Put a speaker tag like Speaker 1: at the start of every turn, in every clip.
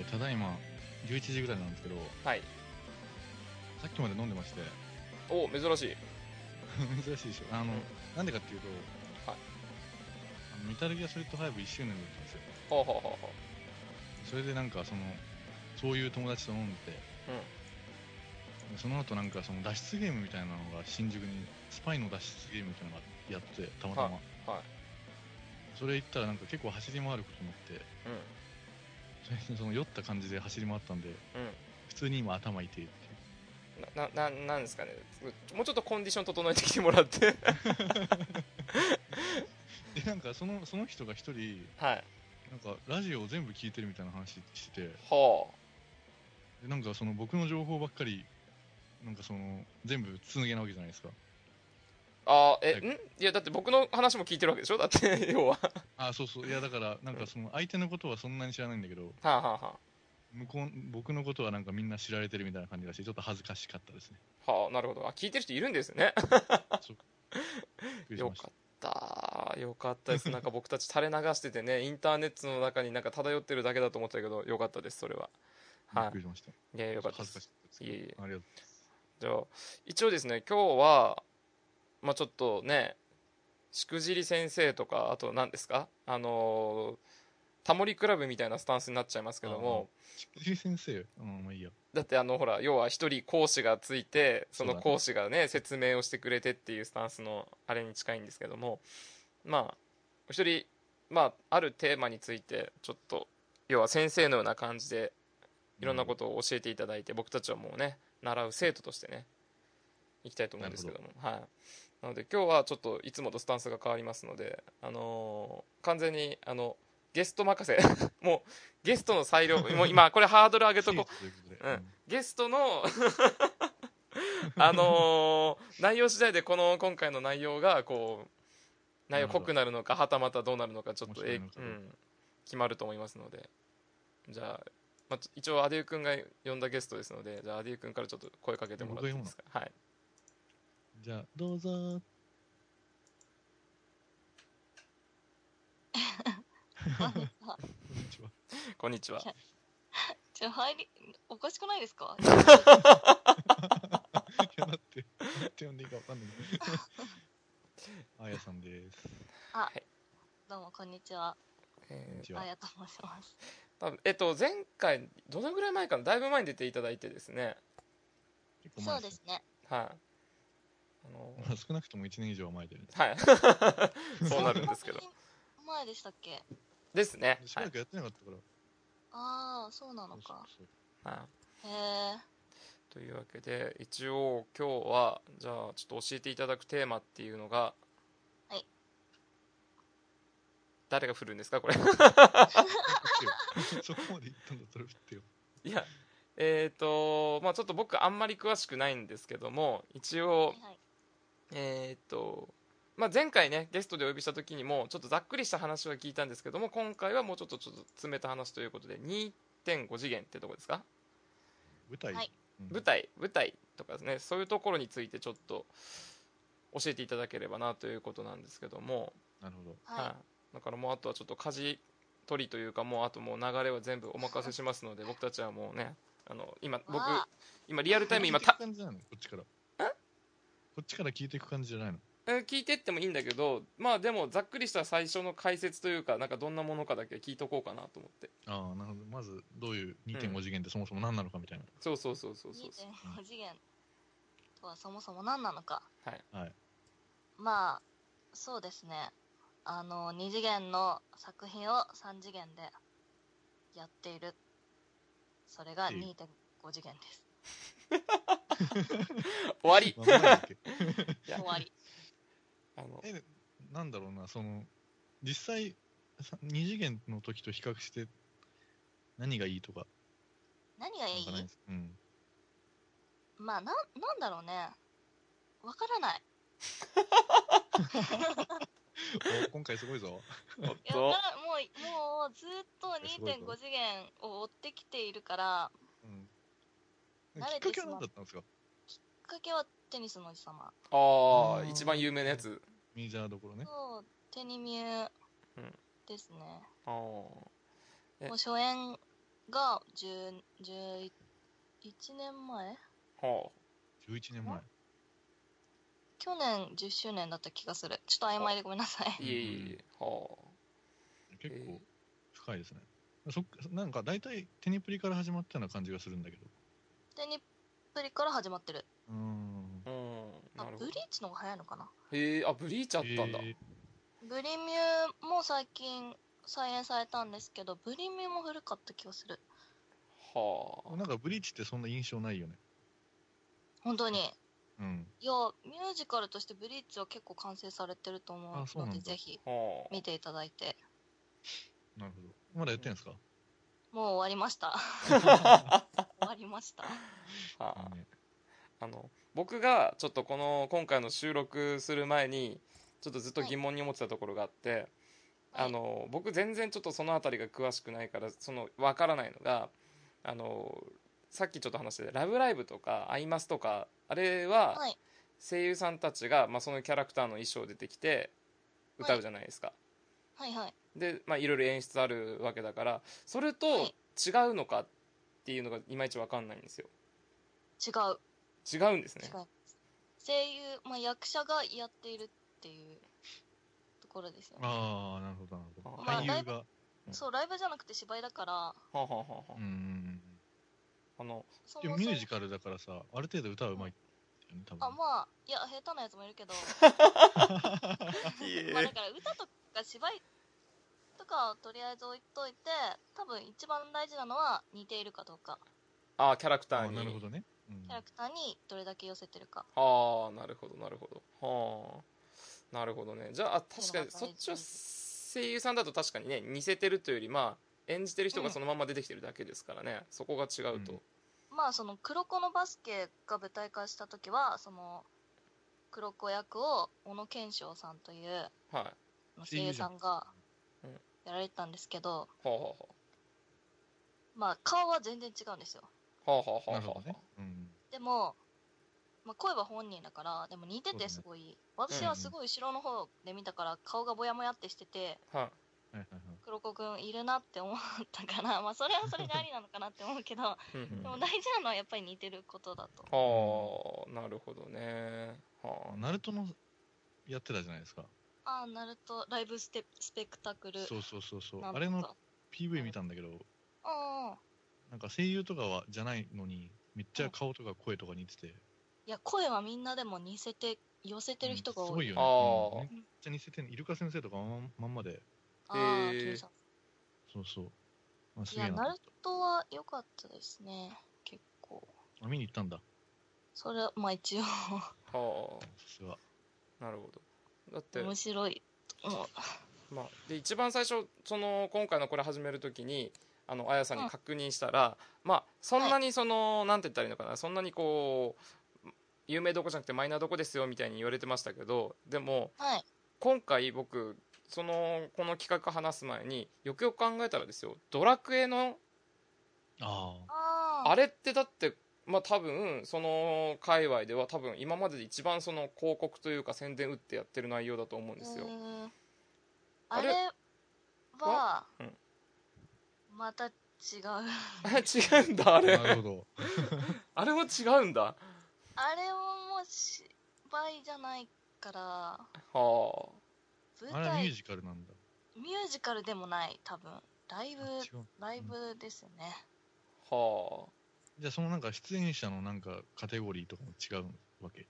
Speaker 1: ーただいま11時ぐらいなんですけど、
Speaker 2: はい。
Speaker 1: さっきまで飲んでまして、
Speaker 2: お、珍しい。
Speaker 1: 珍しいでしょ。あの、なんでかっていうと、
Speaker 2: はい
Speaker 1: あのメタルギアソリッド5 1周年だったんですよ。
Speaker 2: ほうほうほうほう。
Speaker 1: それでなんかその、そういう友達と飲んでて、でその後なんかその脱出ゲームみたいなのが新宿に、スパイの脱出ゲームみたいなのがやって、たまたま。
Speaker 2: はいはい
Speaker 1: それ行ったらなんか結構走り回ることになって、
Speaker 2: う
Speaker 1: それでその酔った感じで走り回ったんで、
Speaker 2: ん。うん。
Speaker 1: 普通に今頭痛いっていう。
Speaker 2: うん。な、な、ななんですかね。もうちょっとコンディション整えてきても らって。
Speaker 1: でなんかそのその人が一人
Speaker 2: はい。
Speaker 1: なんかラジオを全部聞いてるみたいな話してて
Speaker 2: ほ
Speaker 1: でなんかその僕の情報ばっかりなんかその全部紡げなわけじゃないですか
Speaker 2: う。あー、え、んいや、だって僕の話も聞いてるわけでしょだって、要は。は
Speaker 1: あそうそういやだからなんかその相手のことはそんなに知らないんだけど
Speaker 2: あ、はあは
Speaker 1: 向こう僕のことはなんかみんな知られてるみたいな感じだしちょっと恥ずかしかったですね
Speaker 2: あ、はあ、なるほど。あ、聞いてる人いるんですね。
Speaker 1: びっくりし
Speaker 2: よ
Speaker 1: まし
Speaker 2: か
Speaker 1: た
Speaker 2: った。よかったです。なんか僕たち垂れ流しててね、 インターネットの中になんか漂ってるだけだと思ってたけど、よかったです、それは。
Speaker 1: び
Speaker 2: は
Speaker 1: っくりしました
Speaker 2: い。いや、よかったで
Speaker 1: 恥ず
Speaker 2: す
Speaker 1: か。しかったです
Speaker 2: いえいえ
Speaker 1: ありがと
Speaker 2: じゃあ一応ですね今日はまあちょっとねしくじり先生とかあと何ですかあのータモリクラブみたいなスタンスになっちゃいますけども
Speaker 1: うしくじり先生うんまあいいや
Speaker 2: だってあのほら要は一人講師がついてその
Speaker 1: そうだね
Speaker 2: 講師がね説明をしてくれてっていうスタンスのあれに近いんですけどもまあお一人まああるテーマについてちょっと要は先生のような感じでいろんなことを教えていただいて、僕たちはもうね習う生徒としてね行きたいと思うんですけどもはいなので今日はちょっといつもとスタンスが変わりますのであのー完全にあのゲスト任せ もうゲストの裁量もう今これハードル上げとこう
Speaker 1: 生徒ということ
Speaker 2: う
Speaker 1: で
Speaker 2: んゲストの あのー内容次第でこの今回の内容がこう内容濃くなるのかはたまたどうなるのかちょっと、え
Speaker 1: 面白
Speaker 2: う
Speaker 1: いのか
Speaker 2: ん、決まると思いますのでじゃあ、まあ、ちょ一応アデュー君が呼んだゲストですのでじゃあアデュー君からちょっと声かけてもらっていいですかはい
Speaker 1: じゃあどうぞ ー こんにちは
Speaker 2: こんにちは
Speaker 3: ちょ入りおかしくないですか
Speaker 1: いやだって、なんて呼んでいいかわかんない。あやさんです。
Speaker 3: どうもこんにちは
Speaker 1: こん
Speaker 2: え
Speaker 1: に
Speaker 2: ー
Speaker 1: ちは
Speaker 3: あ。やと申します
Speaker 2: 多分えっと前回どのぐらい前かなだいぶ前に出ていただいてですね
Speaker 1: 結構
Speaker 3: そう
Speaker 1: 前
Speaker 3: で
Speaker 1: ですす
Speaker 3: ね
Speaker 2: はい、あの
Speaker 1: ね。まあ少なくとも1年以上は前で。
Speaker 2: はい そうなるんですけど
Speaker 3: そんなに前でしたっけ
Speaker 2: ですね
Speaker 1: しば
Speaker 2: はい
Speaker 1: らくやってなかったから。
Speaker 3: ああそうなのか
Speaker 1: そうそう
Speaker 2: はい
Speaker 3: へえ
Speaker 2: というわけで一応今日はじゃあちょっと教えていただくテーマっていうのが
Speaker 3: はい
Speaker 2: 誰が振るんですかこれ
Speaker 1: そう そこまで行ったんだったら振ってよ。
Speaker 2: いやえっ、とまあちょっと僕あんまり詳しくないんですけども一応
Speaker 3: はいはい
Speaker 2: えっ、とまあ、前回ねゲストでお呼びした時にもちょっとざっくりした話は聞いたんですけども今回はもうちょっとちょっと詰めた話ということで2.5次元ってとこですか
Speaker 1: 舞台。
Speaker 3: は
Speaker 1: う
Speaker 3: い
Speaker 1: ん
Speaker 2: 舞台舞台とかですねそういうところについてちょっと教えていただければなということなんですけども、
Speaker 1: なるほど。
Speaker 2: はい
Speaker 3: は
Speaker 2: だからもうあとはちょっと舵取りというかもうあともう流れは全部お任せしますので僕たちはもうねあの今
Speaker 3: い
Speaker 2: 僕
Speaker 3: わ
Speaker 2: 今リアルタイム今
Speaker 1: 聞いて
Speaker 2: た
Speaker 1: く感じなのこっちから。こっちから聞いていく感じじゃないの
Speaker 2: うん聞いてってもいいんだけどまあでもざっくりした最初の解説というかなんかどんなものかだけ聞いとこうかなと思って
Speaker 1: ああ、なるほど。まず、どういう2.5次元ってそもそも何なのかみたいな。
Speaker 2: そうそうそうそうそうそう
Speaker 3: 2.5次元とはそもそも何なのか
Speaker 2: はい
Speaker 1: はい
Speaker 3: まあそうですねあの2次元の作品を3次元でやっているそれが
Speaker 1: っていう
Speaker 3: 2.5次元です
Speaker 2: 終わり
Speaker 1: まあ舞台だっけ
Speaker 2: いや
Speaker 3: 終 わり
Speaker 2: あの
Speaker 1: え、なんだろうな、その、実際、さ二次元の時と比較して、何がいいとか、
Speaker 3: 何がい
Speaker 1: なんかないん
Speaker 3: い
Speaker 1: ですかうん。
Speaker 3: まあなんなんだろうねわからない
Speaker 1: お今回すごいぞ。
Speaker 2: おっ
Speaker 3: いや
Speaker 2: と
Speaker 3: わからんもうもうずっと
Speaker 1: すごいぞ
Speaker 3: 2.5次元を追ってきているから
Speaker 1: うん、き
Speaker 3: 慣
Speaker 1: っ
Speaker 3: れ
Speaker 1: か
Speaker 3: て
Speaker 1: けは
Speaker 3: しま
Speaker 1: 何
Speaker 3: う
Speaker 1: だったんですか
Speaker 3: きっかけはテニスの王子様
Speaker 2: あ
Speaker 1: う
Speaker 2: あ
Speaker 1: ん
Speaker 2: 一番有名なやつ
Speaker 1: メジャーどころね。
Speaker 3: とテニミュー
Speaker 2: うん
Speaker 3: ですね、
Speaker 2: ああえ
Speaker 3: もう初演が10 11年前
Speaker 2: は
Speaker 1: 11年前。
Speaker 3: 去年10周年だった気がするちょっと曖昧でごめんなさい
Speaker 2: あ。いえいえいえ。は
Speaker 1: 結
Speaker 2: えー
Speaker 1: 構深いですね。そっなんか大体テニプリから始まったような感じがするんだけど。
Speaker 3: で日プリから始まってる
Speaker 1: うーん。
Speaker 2: あ。うん。
Speaker 3: あ
Speaker 2: なるほ
Speaker 3: ブ
Speaker 2: ど
Speaker 3: リー。チの方が早いのかな
Speaker 2: へえ、あ、ブリーチあったんだ。
Speaker 1: えー
Speaker 3: ブリミューも最近再演されたんですけどブリミューも古かった気がする
Speaker 2: はあ。
Speaker 1: なんかブリーチってそんな印象ないよね。
Speaker 3: 本当に
Speaker 1: うん。
Speaker 3: いやミュージカルとしてブリーチは結構完成されてると思
Speaker 1: あ
Speaker 3: う
Speaker 1: そう
Speaker 3: の
Speaker 1: なん
Speaker 3: で
Speaker 1: だ
Speaker 3: ぜひ
Speaker 2: はあ
Speaker 3: 見ていただいて
Speaker 1: なるほど。まだやってんですか、
Speaker 3: もう終わりました 終わりました
Speaker 2: はあ
Speaker 1: いいね
Speaker 2: あの僕がちょっとこの今回の収録する前にちょっとずっと疑問に思ってたところがあって、
Speaker 3: はい
Speaker 2: あの僕全然ちょっとその辺りが詳しくないからその分からないのがあのさっきちょっと話してたラブライブ」とか「アイマス」とかあれは
Speaker 3: はい
Speaker 2: 声優さんたちが、まあ、そのキャラクターの衣装出てきて歌うじゃないですか。
Speaker 3: はいはい
Speaker 2: で、まあ、いろいろ演出あるわけだからそれと
Speaker 3: はい
Speaker 2: 違うのかっていうのがいまいち分かんないんですよ。
Speaker 3: 違う
Speaker 2: 違うんです
Speaker 3: 違
Speaker 2: ね
Speaker 3: い。ます声優、まあ、役者がやっているっていうところですよね
Speaker 1: ああ、なるほど、なるほど。
Speaker 2: まあ
Speaker 1: 俳優が。うん
Speaker 3: そうライブじゃなくて芝居だから
Speaker 2: はあはあはあは
Speaker 1: うんうんうん。
Speaker 2: ああの
Speaker 3: そ
Speaker 1: で
Speaker 3: も
Speaker 1: も
Speaker 3: そ
Speaker 1: ミ
Speaker 3: も
Speaker 1: ュージカルだからさ、ある程度歌うまいよね、多分。
Speaker 3: あまあいや下手なやつもいるけ ど
Speaker 2: いえ
Speaker 3: まあだから歌とか芝居とかをとりあえず置いといて多分一番大事なのは似ているかどうか
Speaker 2: あーキャラクタ
Speaker 1: あ
Speaker 2: ー
Speaker 1: ー
Speaker 2: に
Speaker 1: なるほどね。うん
Speaker 3: キャラクターにどれだけ寄せてるか
Speaker 2: あーなるほどなるほどはあなるほどねじゃああ確かに
Speaker 3: そ
Speaker 2: そ
Speaker 3: ん
Speaker 2: っ
Speaker 3: な感じ
Speaker 2: ちは声優さんだと確かにね似せてるというよりまあ演じてる人がそのまま出てきてるだけですからね、そこが違うと、
Speaker 3: まあその黒子のバスケが舞台化した時はその黒子役を小野賢章さんという
Speaker 2: はい
Speaker 3: 声優さんが
Speaker 2: うん
Speaker 3: やられてたんですけど、
Speaker 2: はあは
Speaker 3: まあ顔は全然違うんですよ
Speaker 2: あはあはあ
Speaker 1: な
Speaker 2: はあ
Speaker 1: るほ
Speaker 2: は
Speaker 1: どね。うん。
Speaker 3: でも、まあ、声は本人だからでも似て
Speaker 1: そうだ
Speaker 3: て
Speaker 1: ね
Speaker 3: すごい、私はすごい後ろの方で見たから顔がぼやもやってしてて
Speaker 2: あは
Speaker 1: は
Speaker 2: い
Speaker 1: いはいはい。
Speaker 3: 黒子くんいるなって思ったから、 まあ、それはそれでありなのかなって思うけど
Speaker 2: うんうん
Speaker 3: で
Speaker 2: は
Speaker 3: も大事なのはやっぱり似てることだと
Speaker 2: あなるほどねは
Speaker 1: ナルトのやってたじゃないですか。
Speaker 3: ああなるとライブステスペクタクル
Speaker 1: そうそうそうそう。
Speaker 3: なん
Speaker 1: あれの
Speaker 3: と
Speaker 1: PV 見たんだけど、
Speaker 3: かうんうん
Speaker 1: なんか声優とかはじゃないのに、めっちゃ顔とか声とか似てて。
Speaker 3: いや声はみんなでも似せて寄せてる人が
Speaker 1: うんす
Speaker 3: 多
Speaker 1: ご
Speaker 3: い、
Speaker 1: いよ
Speaker 2: あー
Speaker 1: ね。うんめっちゃ似せてんのイルカ先生とかまんまんまで。
Speaker 3: ああ、
Speaker 2: へー
Speaker 3: キムさん
Speaker 1: そうそう。あす
Speaker 3: い
Speaker 1: げえ
Speaker 3: や
Speaker 1: なと
Speaker 3: ナ
Speaker 1: 思
Speaker 3: ル
Speaker 1: っ
Speaker 3: トは良かったですね結構
Speaker 1: た。あ見に行ったんだ。
Speaker 3: それはまあ一応
Speaker 2: あは
Speaker 1: さすが。
Speaker 2: あなるほどだって
Speaker 3: 面白いと思う
Speaker 2: まあ、で一番最初その今回のこれ始める時にあのあやさんに確認したら、まあ、そんなにその、なんて言ったらいいのかなそんなにこう有名どこじゃなくてマイナーどこですよみたいに言われてましたけどでも
Speaker 3: はい
Speaker 2: 今回僕そのこの企画話す前によくよく考えたらですよ「ドラクエ」の
Speaker 1: ああ。
Speaker 3: あ
Speaker 2: あ
Speaker 3: れ
Speaker 2: れってだって、まあ、多分その界隈では多分今までで一番その広告というか宣伝打ってやってる内容だと思うんですよ。
Speaker 3: あ
Speaker 2: あ
Speaker 3: れ
Speaker 2: れ
Speaker 3: は
Speaker 2: うん
Speaker 3: また違う
Speaker 2: 違うんだあれ
Speaker 1: なるほど。
Speaker 2: あれも違うんだ。
Speaker 3: あれももう芝居じゃないから
Speaker 2: はあ
Speaker 3: 舞
Speaker 1: あれはミュ
Speaker 3: 台
Speaker 1: ージカルなんだ。
Speaker 3: ミュージカルでもない多分ライブ
Speaker 1: あ違う。
Speaker 3: ライブですよね
Speaker 2: は
Speaker 1: じゃあそのなんか出演者のなんかカテゴリーとかも違うわけ。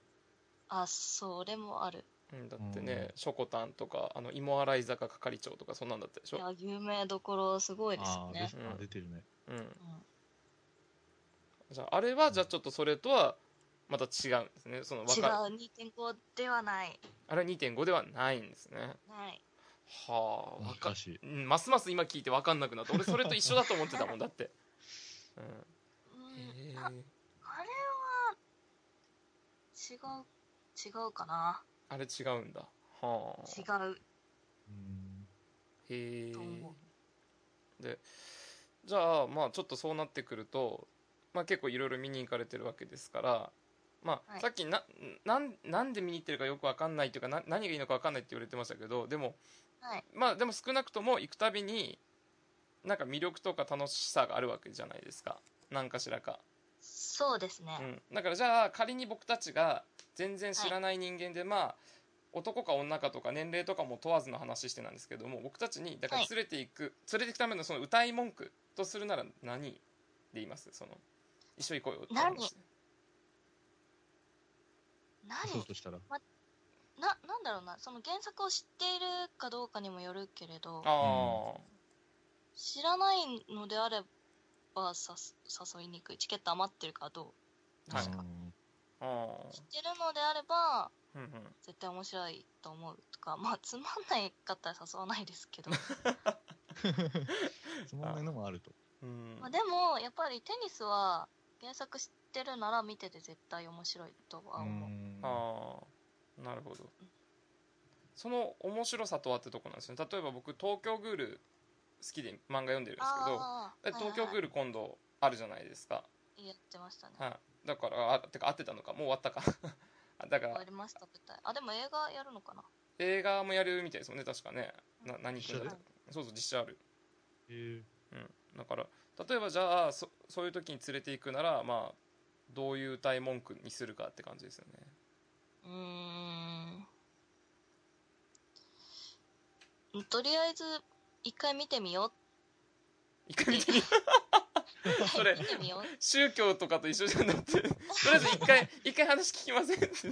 Speaker 3: あそれもある
Speaker 2: あ、うん、だってね、ショコタンとかあの芋洗坂係長とかそんなんだったでし
Speaker 3: い
Speaker 2: ょ、
Speaker 3: や有名どころすごいですよ
Speaker 1: ああ
Speaker 3: ね
Speaker 1: ー、出あ出てるね。
Speaker 2: うん、
Speaker 3: うん
Speaker 2: じゃああれはじゃあちょっとそれとはまた違うんですねそのわ
Speaker 3: 違う
Speaker 2: か
Speaker 3: 2.5ではない
Speaker 2: あれ2.5ではないんですね
Speaker 3: ない
Speaker 2: はあわか
Speaker 1: 難しい。
Speaker 2: うんますます今聞いて分かんなくなった俺それと一緒だと思ってたもんだって、うん、
Speaker 3: うん
Speaker 2: へえ
Speaker 3: ああれは違う違うかな
Speaker 2: あれ違うんだはあ
Speaker 3: 違う
Speaker 1: うん
Speaker 2: へえ
Speaker 3: と思
Speaker 2: でじゃあまあちょっとそうなってくると、まあ、結構いろいろ見に行かれてるわけですから、まあ
Speaker 3: はい
Speaker 2: さっきななんなんで見に行ってるかよく分かんないというかな何がいいのか分かんないって言われてましたけどでも
Speaker 3: はい
Speaker 2: まあでも少なくとも行くたびになんか魅力とか楽しさがあるわけじゃないですか何かしらか、
Speaker 3: そうですね。
Speaker 2: うん、だからじゃあ仮に僕たちが全然知らない人間で、まあ男か女かとか年齢とかも問わずの話してなんですけども僕たちにだから
Speaker 3: はい
Speaker 2: 連れていく、連れていくためのその歌い文句とするなら何で言いますその一緒に行こうよって話
Speaker 1: そう
Speaker 3: 何
Speaker 1: としたら。
Speaker 3: な、なんだろうな、その原作を知っているかどうかにもよるけれど
Speaker 2: あ、あ、
Speaker 3: 知らないのであればさす誘いにくい。チケット余ってるかどう
Speaker 2: はい
Speaker 3: 確か。
Speaker 2: ああ
Speaker 3: 知ってるのであれば、
Speaker 2: うんうん
Speaker 3: 絶対面白いと思うとか、まあ、つまんないかったら誘わないです けど。
Speaker 1: うんつまんないのもあると。
Speaker 2: うん
Speaker 3: まあ、でも、やっぱりテニスは原作知ってるなら見てて絶対面白いとは思う。
Speaker 1: うん
Speaker 2: ああなるほどその面白さとはってとこなんですね例えば僕東京グール好きで漫画読んでるんですけど
Speaker 3: ああ
Speaker 2: で東京グール今度あるじゃないですか、
Speaker 3: はいはいやってましたね。
Speaker 2: はい、だからあてか合ってたのかもう終わったか あだか
Speaker 3: 終わ
Speaker 2: ら
Speaker 3: りました、舞台。あ、でも映画やるのかな
Speaker 2: 映画もやるみたいですもんね確かねな何
Speaker 1: 実写で
Speaker 2: 君だそうそう実写ある、
Speaker 1: え
Speaker 2: うん、だから例えばじゃあそそういう時に連れて行くならまあどういう歌い文句にするかって感じですよね
Speaker 3: うーん。とりあえず、一回見てみよ
Speaker 2: 一回見てみよう
Speaker 3: う。
Speaker 2: それ
Speaker 3: 見てみよう。
Speaker 2: 宗教とかと一緒じゃなくてとりあえず一 回一回話聞きません
Speaker 3: とりあえず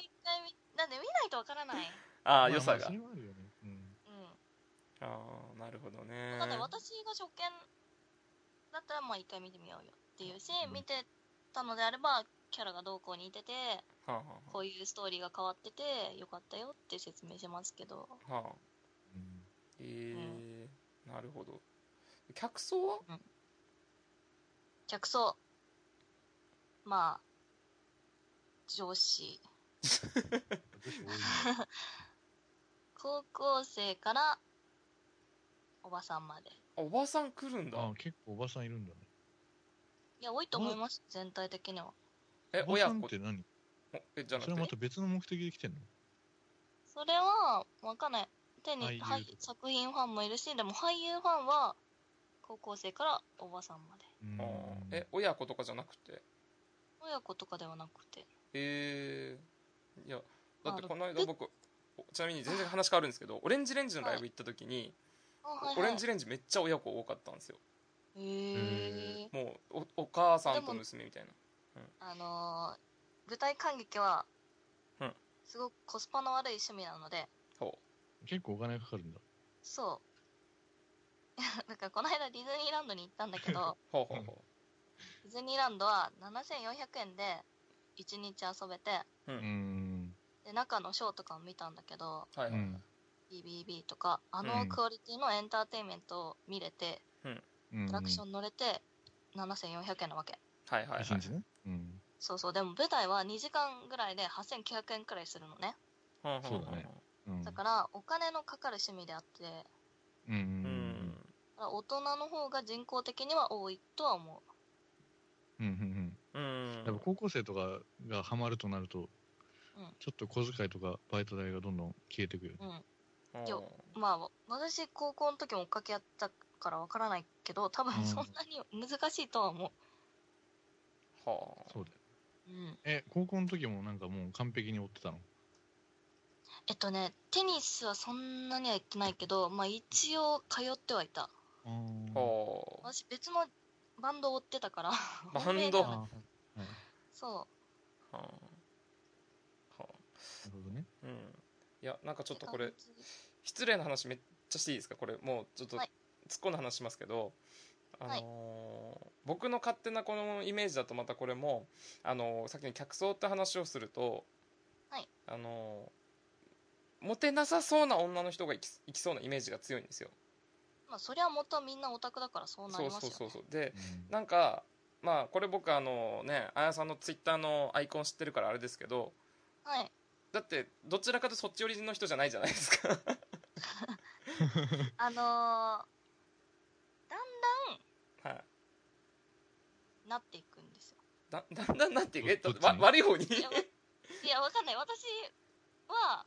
Speaker 3: 一回見、なんで見ないとわからない。
Speaker 2: あ
Speaker 1: ま
Speaker 2: あ
Speaker 1: あ
Speaker 2: 良さ
Speaker 1: まあ
Speaker 2: が
Speaker 1: それはあるよね。うん
Speaker 3: う
Speaker 2: ああなるほどね
Speaker 3: ん。なんで私が初見だったら、まあ一回見てみようよっていうし、
Speaker 1: うん
Speaker 3: 見てたのであれば、キャラがどうこう似てて、
Speaker 2: はあは
Speaker 3: こういうストーリーが変わってて、よかったよって説明しますけど。
Speaker 2: あはあ
Speaker 1: うん
Speaker 2: ええなるほど客層は
Speaker 3: 客層。まあ、上司。
Speaker 1: 女子多い ね
Speaker 3: 高校生からおばさんまで。
Speaker 2: あおばさん来るんだ
Speaker 1: あ結構おばさんいるんだね。
Speaker 3: いや、多いと思います、全体的には。
Speaker 2: え
Speaker 1: おば
Speaker 2: 親
Speaker 1: さん
Speaker 2: 子
Speaker 1: って何
Speaker 2: おえじゃな
Speaker 1: それ
Speaker 2: くて
Speaker 1: はまた別の目的で来てんの
Speaker 3: それは、わかんない。手に、
Speaker 1: 俳優
Speaker 3: はい作品ファンもいるし、でも俳優ファンは、高校生からおばさんまで。
Speaker 1: うん
Speaker 2: あーえ親子とかじゃなくて
Speaker 3: 親子とかではなくて。
Speaker 2: えー、いやだって
Speaker 3: あ
Speaker 2: この間僕おちなみに全然話変わるんですけどオレンジレンジのライブ行った時に、
Speaker 3: あ、はい
Speaker 2: オ
Speaker 3: は
Speaker 2: レ
Speaker 3: い
Speaker 2: ン。ジレンジめっちゃ親子多かったんですよ
Speaker 3: へえー。
Speaker 2: もうおお母さんと娘みたいな
Speaker 3: あのー、舞台観劇は
Speaker 2: うん、
Speaker 3: すごくコスパの悪い趣味なので、
Speaker 2: ほ
Speaker 1: 結構お金かかるんだ。
Speaker 3: そう。 なんかこの間ディズニーランドに行ったんだけど、
Speaker 2: うほうほうほ
Speaker 3: ディズニーランドは7400円で1日遊べて
Speaker 1: うん。
Speaker 3: で中のショーとかも見たんだけど
Speaker 2: う、は
Speaker 1: う
Speaker 2: いはい、
Speaker 1: ん。
Speaker 3: BBB とかあ
Speaker 2: う
Speaker 3: の
Speaker 1: ん
Speaker 3: クオリティのエンターテインメントを見れて
Speaker 1: うん
Speaker 3: アトラクション乗れて7400円なわけ
Speaker 2: はいはいはい
Speaker 1: 一日ね。うん。
Speaker 3: そうそうでも舞台は2時間ぐらいで8900円くらいするのね
Speaker 2: ほほほ
Speaker 1: そうだねうん
Speaker 3: だからお金のかかる趣味であって
Speaker 1: うんう
Speaker 2: うんん
Speaker 3: 大人の方が人口的には多いとは思
Speaker 1: うんうんうん
Speaker 2: うん
Speaker 1: やっぱ高校生とかがハマるとなると
Speaker 3: うん、
Speaker 1: ちょっと小遣いとかバイト代がどんどん消えてくよね
Speaker 3: うう。ん
Speaker 2: うん
Speaker 3: よまあ私高校の時も追っかけやったからわからないけど多分
Speaker 1: うん
Speaker 3: そんなに難しいとは思
Speaker 2: はあ
Speaker 1: そうだよ。
Speaker 3: う、うん、
Speaker 1: え、高校の時もなんかもう完璧に追ってたの
Speaker 3: えっとね、テニスはそんなには行ってないけど、まあ一応通ってはいた。
Speaker 1: あ
Speaker 2: ほう
Speaker 3: 私別のバンドを追ってたから。
Speaker 2: バンド
Speaker 3: 本命では
Speaker 1: あー。
Speaker 3: ない
Speaker 1: はいなる
Speaker 3: そう。
Speaker 2: はあはあ
Speaker 1: ほどね。
Speaker 2: うんいやなんかちょっとこれ
Speaker 3: て感じ
Speaker 2: 失礼な話めっちゃしていいですかこれもうちょっと突
Speaker 3: は
Speaker 2: っ
Speaker 3: い
Speaker 2: 込んだ話しますけど、
Speaker 3: はい
Speaker 2: あのー僕の勝手なこのイメージだとまたこれも、あのーさっきの客層って話をすると、
Speaker 3: はい
Speaker 2: あのーモテなさそうな女の人が行き行きそうなイメージが強いんですよ。
Speaker 3: まあそりゃ元はみんなオタクだからそうな
Speaker 2: そう
Speaker 3: りますよ、ね。
Speaker 2: そうそうそうで
Speaker 1: うん
Speaker 2: なんかまあこれ僕あのねあやさんのツイッターのアイコン知ってるからあれですけど
Speaker 3: はい。
Speaker 2: だってどちらかとそっち寄りの人じゃないじゃないですか。
Speaker 3: あのー、だ
Speaker 2: はい
Speaker 3: んなっていくんですよ。
Speaker 2: だだんだんなんていうかえっと
Speaker 1: どっち
Speaker 2: わ
Speaker 1: に
Speaker 2: 悪い方に
Speaker 3: いや、わいやわかんない。私は、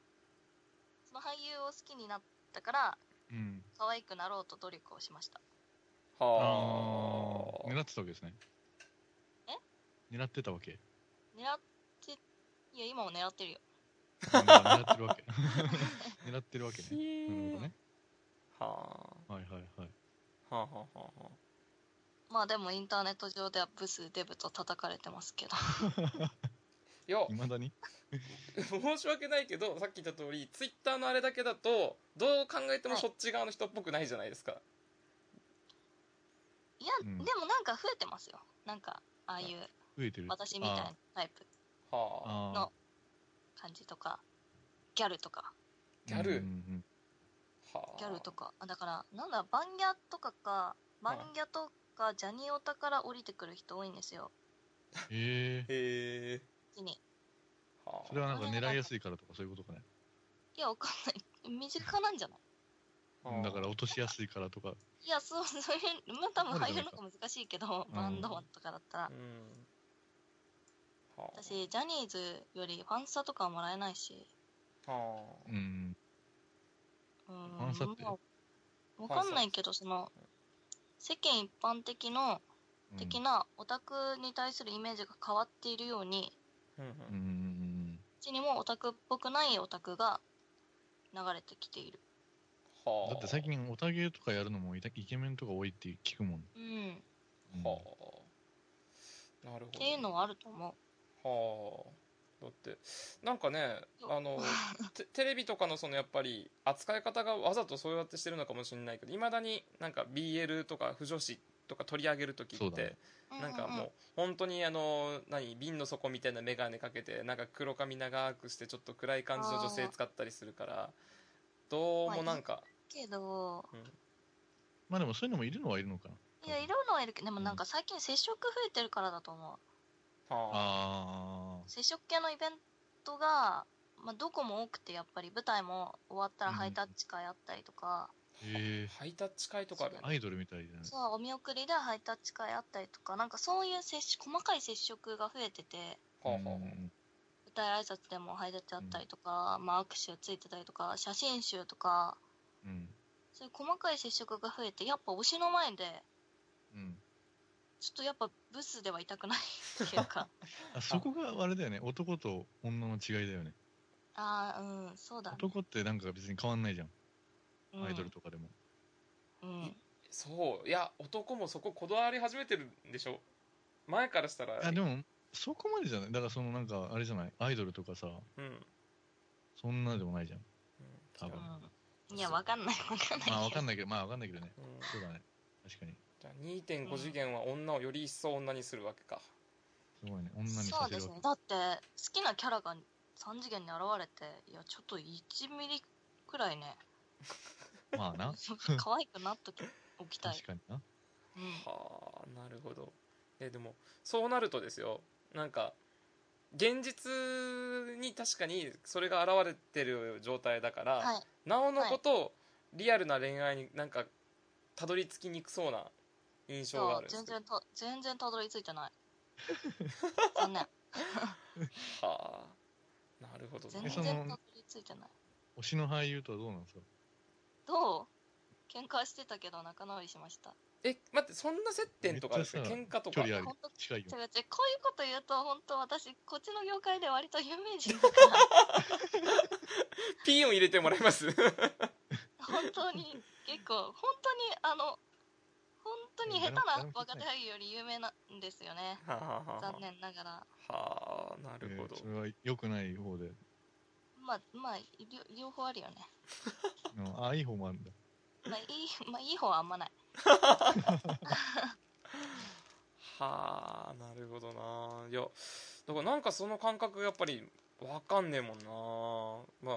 Speaker 3: その俳優を好きになったから、
Speaker 1: うん。
Speaker 3: 可愛くなろうと努力をしました。
Speaker 2: あ
Speaker 1: あー
Speaker 2: ー
Speaker 1: 狙ってたわけですね狙ってたわ け
Speaker 3: 狙って、いや、今も狙ってるよ。
Speaker 1: あ狙ってるわけ狙ってるわけ ねなるほどね
Speaker 2: はあは
Speaker 1: はいはいはい
Speaker 2: あはあはあはあ
Speaker 3: まあでもインターネット上ではブスデブと叩かれてますけど。
Speaker 2: いや
Speaker 1: いまだに
Speaker 2: 申し訳ないけどさっき言った通りツイッターのあれだけだとどう考えても
Speaker 3: はい
Speaker 2: そっち側の人っぽくないじゃないですか、
Speaker 3: いや、
Speaker 1: うん
Speaker 3: でもなんか増えてますよ。なんか、ああいう
Speaker 1: 増えてる
Speaker 3: 私みたいなタイプ
Speaker 2: は
Speaker 1: あ
Speaker 2: あ
Speaker 1: ー
Speaker 3: の感じとか、ギャルとか、
Speaker 2: ギャル
Speaker 1: うんうん
Speaker 2: はあ
Speaker 3: ギャルとか、あだから、なんだ、バンギャとかか、バンギャとかジャニオタから降りてくる人多いんですよ。
Speaker 1: うんへえ
Speaker 2: へえ
Speaker 3: 一気に。
Speaker 2: は
Speaker 1: それはなんか狙いやすいからとかそういうことかね
Speaker 3: いや、わかんない。身近なんじゃない
Speaker 2: あ
Speaker 1: だから落としやすいからとか
Speaker 3: いや、そう、そういう、まあ多分
Speaker 1: ある
Speaker 3: 入
Speaker 1: じ
Speaker 3: る
Speaker 1: ゃない
Speaker 3: の
Speaker 1: か
Speaker 3: が難しいけど、
Speaker 1: うん
Speaker 3: バンドマンとかだったら
Speaker 2: う。んはあ
Speaker 3: 私、ジャニーズよりファンサとかはもらえないし、
Speaker 2: はあ
Speaker 1: うん
Speaker 3: うん、
Speaker 1: ファンサって
Speaker 3: もうわかんないけど、その、世間一般的
Speaker 1: う
Speaker 3: の、
Speaker 1: ん
Speaker 3: 的なオタクに対するイメージが変わっているように、
Speaker 2: うんう
Speaker 1: うん
Speaker 2: ん
Speaker 1: うんうん
Speaker 3: うちにもオタクっぽくないオタクが流れてきている。
Speaker 1: う
Speaker 2: は
Speaker 1: ん
Speaker 2: あ
Speaker 1: だって最近オタゲーとかやるのもイタイケメンとか多いって聞くもん、
Speaker 3: うん。
Speaker 1: うん
Speaker 2: はあなるほど
Speaker 3: っていうのはあると思
Speaker 2: はあだってなんかね
Speaker 3: よ
Speaker 2: あのテテレビとかのそのやっぱり扱い方がわざとそうやってしてるのかもしれないけどいまだになんか BL とか不女子とか取り上げる時
Speaker 1: そ
Speaker 2: っ
Speaker 1: うだ
Speaker 2: て
Speaker 1: ね
Speaker 3: う。
Speaker 2: なんかも
Speaker 3: う
Speaker 2: う本当にあの何瓶の底みたいな眼鏡かけてなんか黒髪長くしてちょっと暗い感じの女性使ったりするからどうもなんか
Speaker 3: けど、
Speaker 1: まあでもそういうのもいるのはいるのかない
Speaker 3: や、いろいろはいるけど、でもなんか最近接触増えてるからだと思う。
Speaker 2: は
Speaker 1: あ
Speaker 3: 接触系のイベントが、まあ、どこも多くてやっぱり舞台も終わったら
Speaker 1: うん
Speaker 3: ハイタッチ会あったりとか、
Speaker 1: あへえ
Speaker 2: ハイタッチ会とかある
Speaker 1: アイドルみたいだね
Speaker 3: そうお見送りでハイタッチ会あったりとかなんかそういう接触細かい接触が増えてて
Speaker 2: はあはあ
Speaker 1: うん
Speaker 3: 舞台挨拶でもハイタッチあったりとか、まあ、握手ついてたりとか写真集とか
Speaker 1: うん
Speaker 3: そういう細かい接触が増えてやっぱ推しの前で
Speaker 1: うん
Speaker 3: ちょっとやっぱブスではいたくない っていう か
Speaker 1: あそこがあれだよね男と女の違いだよね
Speaker 3: ああうんそうだね、
Speaker 1: 男ってなんか別に変わんないじゃん、
Speaker 3: うん、
Speaker 1: アイドルとかでも
Speaker 3: うん
Speaker 2: そういや男もそここだわり始めてるんでしょ前からしたら
Speaker 1: あでもそこまでじゃないだからそのなんかあれじゃないアイドルとかさ
Speaker 2: うんうん
Speaker 1: そんなでもないじゃん多分
Speaker 3: うん、いやわかんないわかんないけど
Speaker 1: まあわかんないけどまあわかんないけどね
Speaker 2: うん
Speaker 1: そうだね確かに
Speaker 2: じゃあ2.5次元は女をより一層女にするわけか、
Speaker 1: すごいね女に
Speaker 3: そ
Speaker 1: させ
Speaker 3: うで
Speaker 1: る
Speaker 3: す
Speaker 1: わ
Speaker 3: ねだって好きなキャラが3次元に現れていやちょっと1ミリくらいね
Speaker 1: けまあな
Speaker 3: 可愛くなっときおきたい
Speaker 1: 確、かにな
Speaker 3: うん、
Speaker 2: はあなるほどえでもそうなるとですよなんか現実に確かにそれが現れてる状態だから、
Speaker 3: はい
Speaker 2: なおのこと、リアルな恋愛になんかたどり着きにくそうな印象があ
Speaker 3: そ
Speaker 2: るんで
Speaker 3: う
Speaker 2: す
Speaker 3: 全
Speaker 2: けど
Speaker 3: 然た全然たどり着いてない残念
Speaker 2: はあなるほど
Speaker 3: 全
Speaker 1: え
Speaker 3: 然
Speaker 1: そ
Speaker 3: た
Speaker 1: の
Speaker 2: ね
Speaker 3: どり着いてない
Speaker 1: 推しの俳優とはどうなんですか
Speaker 3: どう喧嘩してたけど仲直りしました
Speaker 2: え待ってそんな接点とかあるんですか
Speaker 1: めっちゃさ
Speaker 2: 喧嘩と
Speaker 1: 距
Speaker 2: か
Speaker 1: 離あ
Speaker 3: 本
Speaker 1: る
Speaker 3: 当
Speaker 1: 近いよ
Speaker 3: 違う違うこういうこと言うと本当私こっちの業界で割と有名人だから
Speaker 2: ピーンを入れてもらいます
Speaker 3: 本当に結構本当にあの本当に下手な若手俳優より有名なんですよね
Speaker 2: はあはあはあ
Speaker 3: 残念ながら
Speaker 2: はあなるほど、
Speaker 1: えーそれは良くない方で
Speaker 3: まあまあ両両方あるよね、
Speaker 1: うんあいい方もあるんだ
Speaker 3: まあ、いいまあいい方はあんまない
Speaker 2: はあなるほどないやだからなんかその感覚がやっぱりわかんねえもんな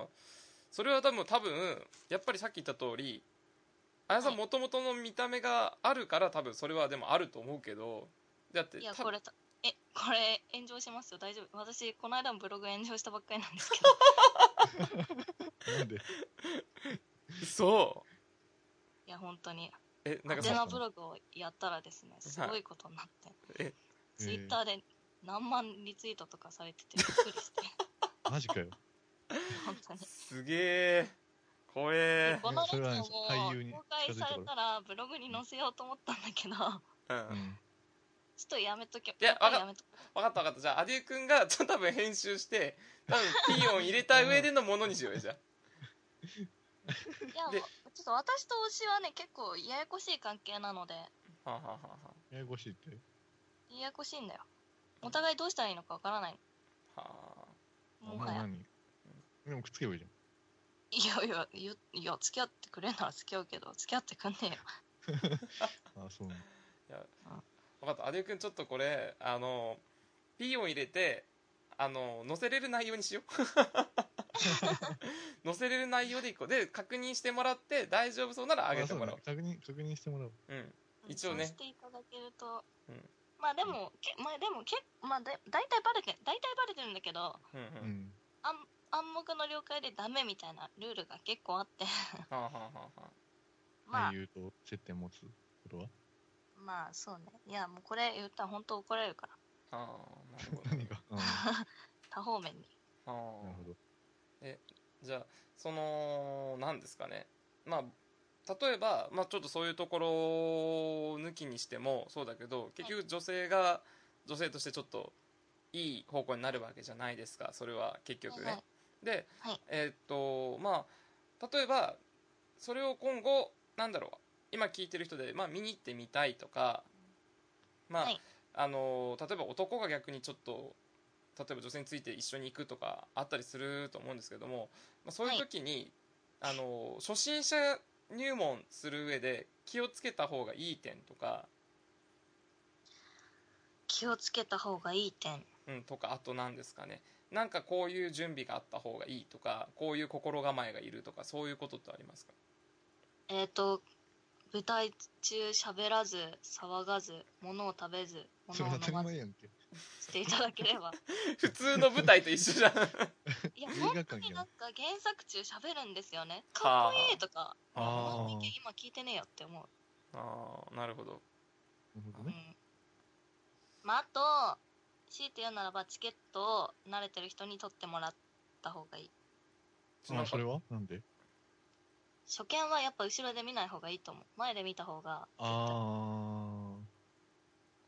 Speaker 2: まあそれは多分多分やっぱりさっき言った通りあやさん
Speaker 3: はい
Speaker 2: もともとの見た目があるから多分それはでもあると思うけどだって
Speaker 3: いや
Speaker 2: 多
Speaker 3: こ
Speaker 2: 分
Speaker 3: れたえこれ炎上しますよ大丈夫私この間もブログ炎上したばっかりなんですけ
Speaker 1: なんで
Speaker 2: そう
Speaker 3: どいや本当に
Speaker 2: えなんか
Speaker 3: アテ
Speaker 1: で
Speaker 2: さ
Speaker 3: ナブログをやったらですねすごいことになって、
Speaker 2: え
Speaker 3: ツイッターで何万リツイートとか されててびっくりして
Speaker 1: マジかよ
Speaker 3: 本当に
Speaker 2: すげえ怖え
Speaker 3: こ の
Speaker 1: それはね
Speaker 3: 列
Speaker 1: 俳優に
Speaker 3: も公開されたらブログに載せようと思ったんだけど、ち
Speaker 2: う
Speaker 3: ょ
Speaker 2: ん
Speaker 1: う
Speaker 2: 分
Speaker 1: ん
Speaker 3: っとやめとけ。
Speaker 2: いやわか
Speaker 3: やめとけ。
Speaker 2: かった分かったじゃあアデュー君がちょっと多分編集して多分ピーヨン入れた上でのものにしようよじゃあ
Speaker 3: いや、もう
Speaker 2: で
Speaker 3: ちょっと私と推しはね、結構ややこしい関係なので、
Speaker 2: はあはあはあは
Speaker 1: ややこしいって。
Speaker 3: ややこしいんだよ。お互いどうしたらいいのかわからない。
Speaker 2: あはあ
Speaker 1: あ
Speaker 3: も
Speaker 1: もう
Speaker 3: はや。
Speaker 1: 何でもくっつけばいいじ
Speaker 3: いやいや、いやいや、付き合ってくれんなら付き合うけど、付き合ってくんねえよ。
Speaker 1: ゃん。あ、そうなの。
Speaker 2: 分かったアデュー君ちょっとこれあのピーヨン入れてあの載せれる内容にしよう 載せれる内容でいこうで確認してもらって大丈夫そうなら上げてもらおう
Speaker 1: あそうだね確認、確認してもらおう。
Speaker 2: うん一応ね
Speaker 3: そうしていただけると。
Speaker 2: うん
Speaker 3: まあでも、けまあでも、けまあだ、大体バレて、大体バレてるんだけど、
Speaker 2: うんう
Speaker 1: うんん。
Speaker 3: 暗暗黙の了解でダメみたいなルールが結構あって、
Speaker 2: はあはあはあはあ
Speaker 3: まあ
Speaker 1: 俳、優と接点持つことは
Speaker 3: まあそうね。いや、もうこれ言ったら本当怒られるから、
Speaker 2: ああなるほど
Speaker 1: 何がうんな
Speaker 3: 多方面に。
Speaker 2: あー
Speaker 1: るほど。
Speaker 2: じゃあその何ですかねまあ例えば、まあ、ちょっとそういうところを抜きにしてもそうだけど結局女性が女性としてちょっといい方向になるわけじゃないですかそれは結局ね。
Speaker 3: はいはい
Speaker 2: で、
Speaker 3: はい
Speaker 2: えーっとまあ例えばそれを今後なんだろう今聞いてる人で、まあ、見に行ってみたいとか、まあ
Speaker 3: はい
Speaker 2: あの例えば男が逆にちょっと例えば女性について一緒に行くとかあったりすると思うんですけども、まあ、そういう時に、あの初心者入門する上で気をつけた方がいい点とか、
Speaker 3: 気をつけた方がいい点。
Speaker 2: うん、とかあと何ですかねなんかこういう準備があった方がいいとかこういう心構えがいるとかそういうことってありますか
Speaker 3: えっ、と、舞台中喋らず、騒がず、物を食べず、
Speaker 1: そ
Speaker 3: 物
Speaker 1: れ当
Speaker 3: を
Speaker 1: た
Speaker 3: 飲
Speaker 1: り
Speaker 3: ま
Speaker 1: 前
Speaker 3: ず
Speaker 1: やんけ。
Speaker 3: していただけ れば。
Speaker 2: 普通の舞台と一緒じゃん
Speaker 3: いや、
Speaker 1: 映
Speaker 3: 本
Speaker 1: 画
Speaker 3: 当
Speaker 1: 館
Speaker 3: に
Speaker 1: やん
Speaker 3: なんか原作中喋るんですよね。かっこいいとか、
Speaker 1: あ
Speaker 3: なん
Speaker 1: ー
Speaker 3: で今聞いてねえよって思う。
Speaker 2: あーなるほど
Speaker 1: なるほど
Speaker 3: うん
Speaker 1: ね。。
Speaker 3: まあ、あと、強いて言うならば、チケットを慣れてる人に取ってもらった方がいい。
Speaker 2: な
Speaker 1: あ、
Speaker 2: んか
Speaker 1: それはなんで
Speaker 3: 初見はやっぱ後ろで見ない方がいいと思う。前で見た方が。
Speaker 1: あ
Speaker 2: は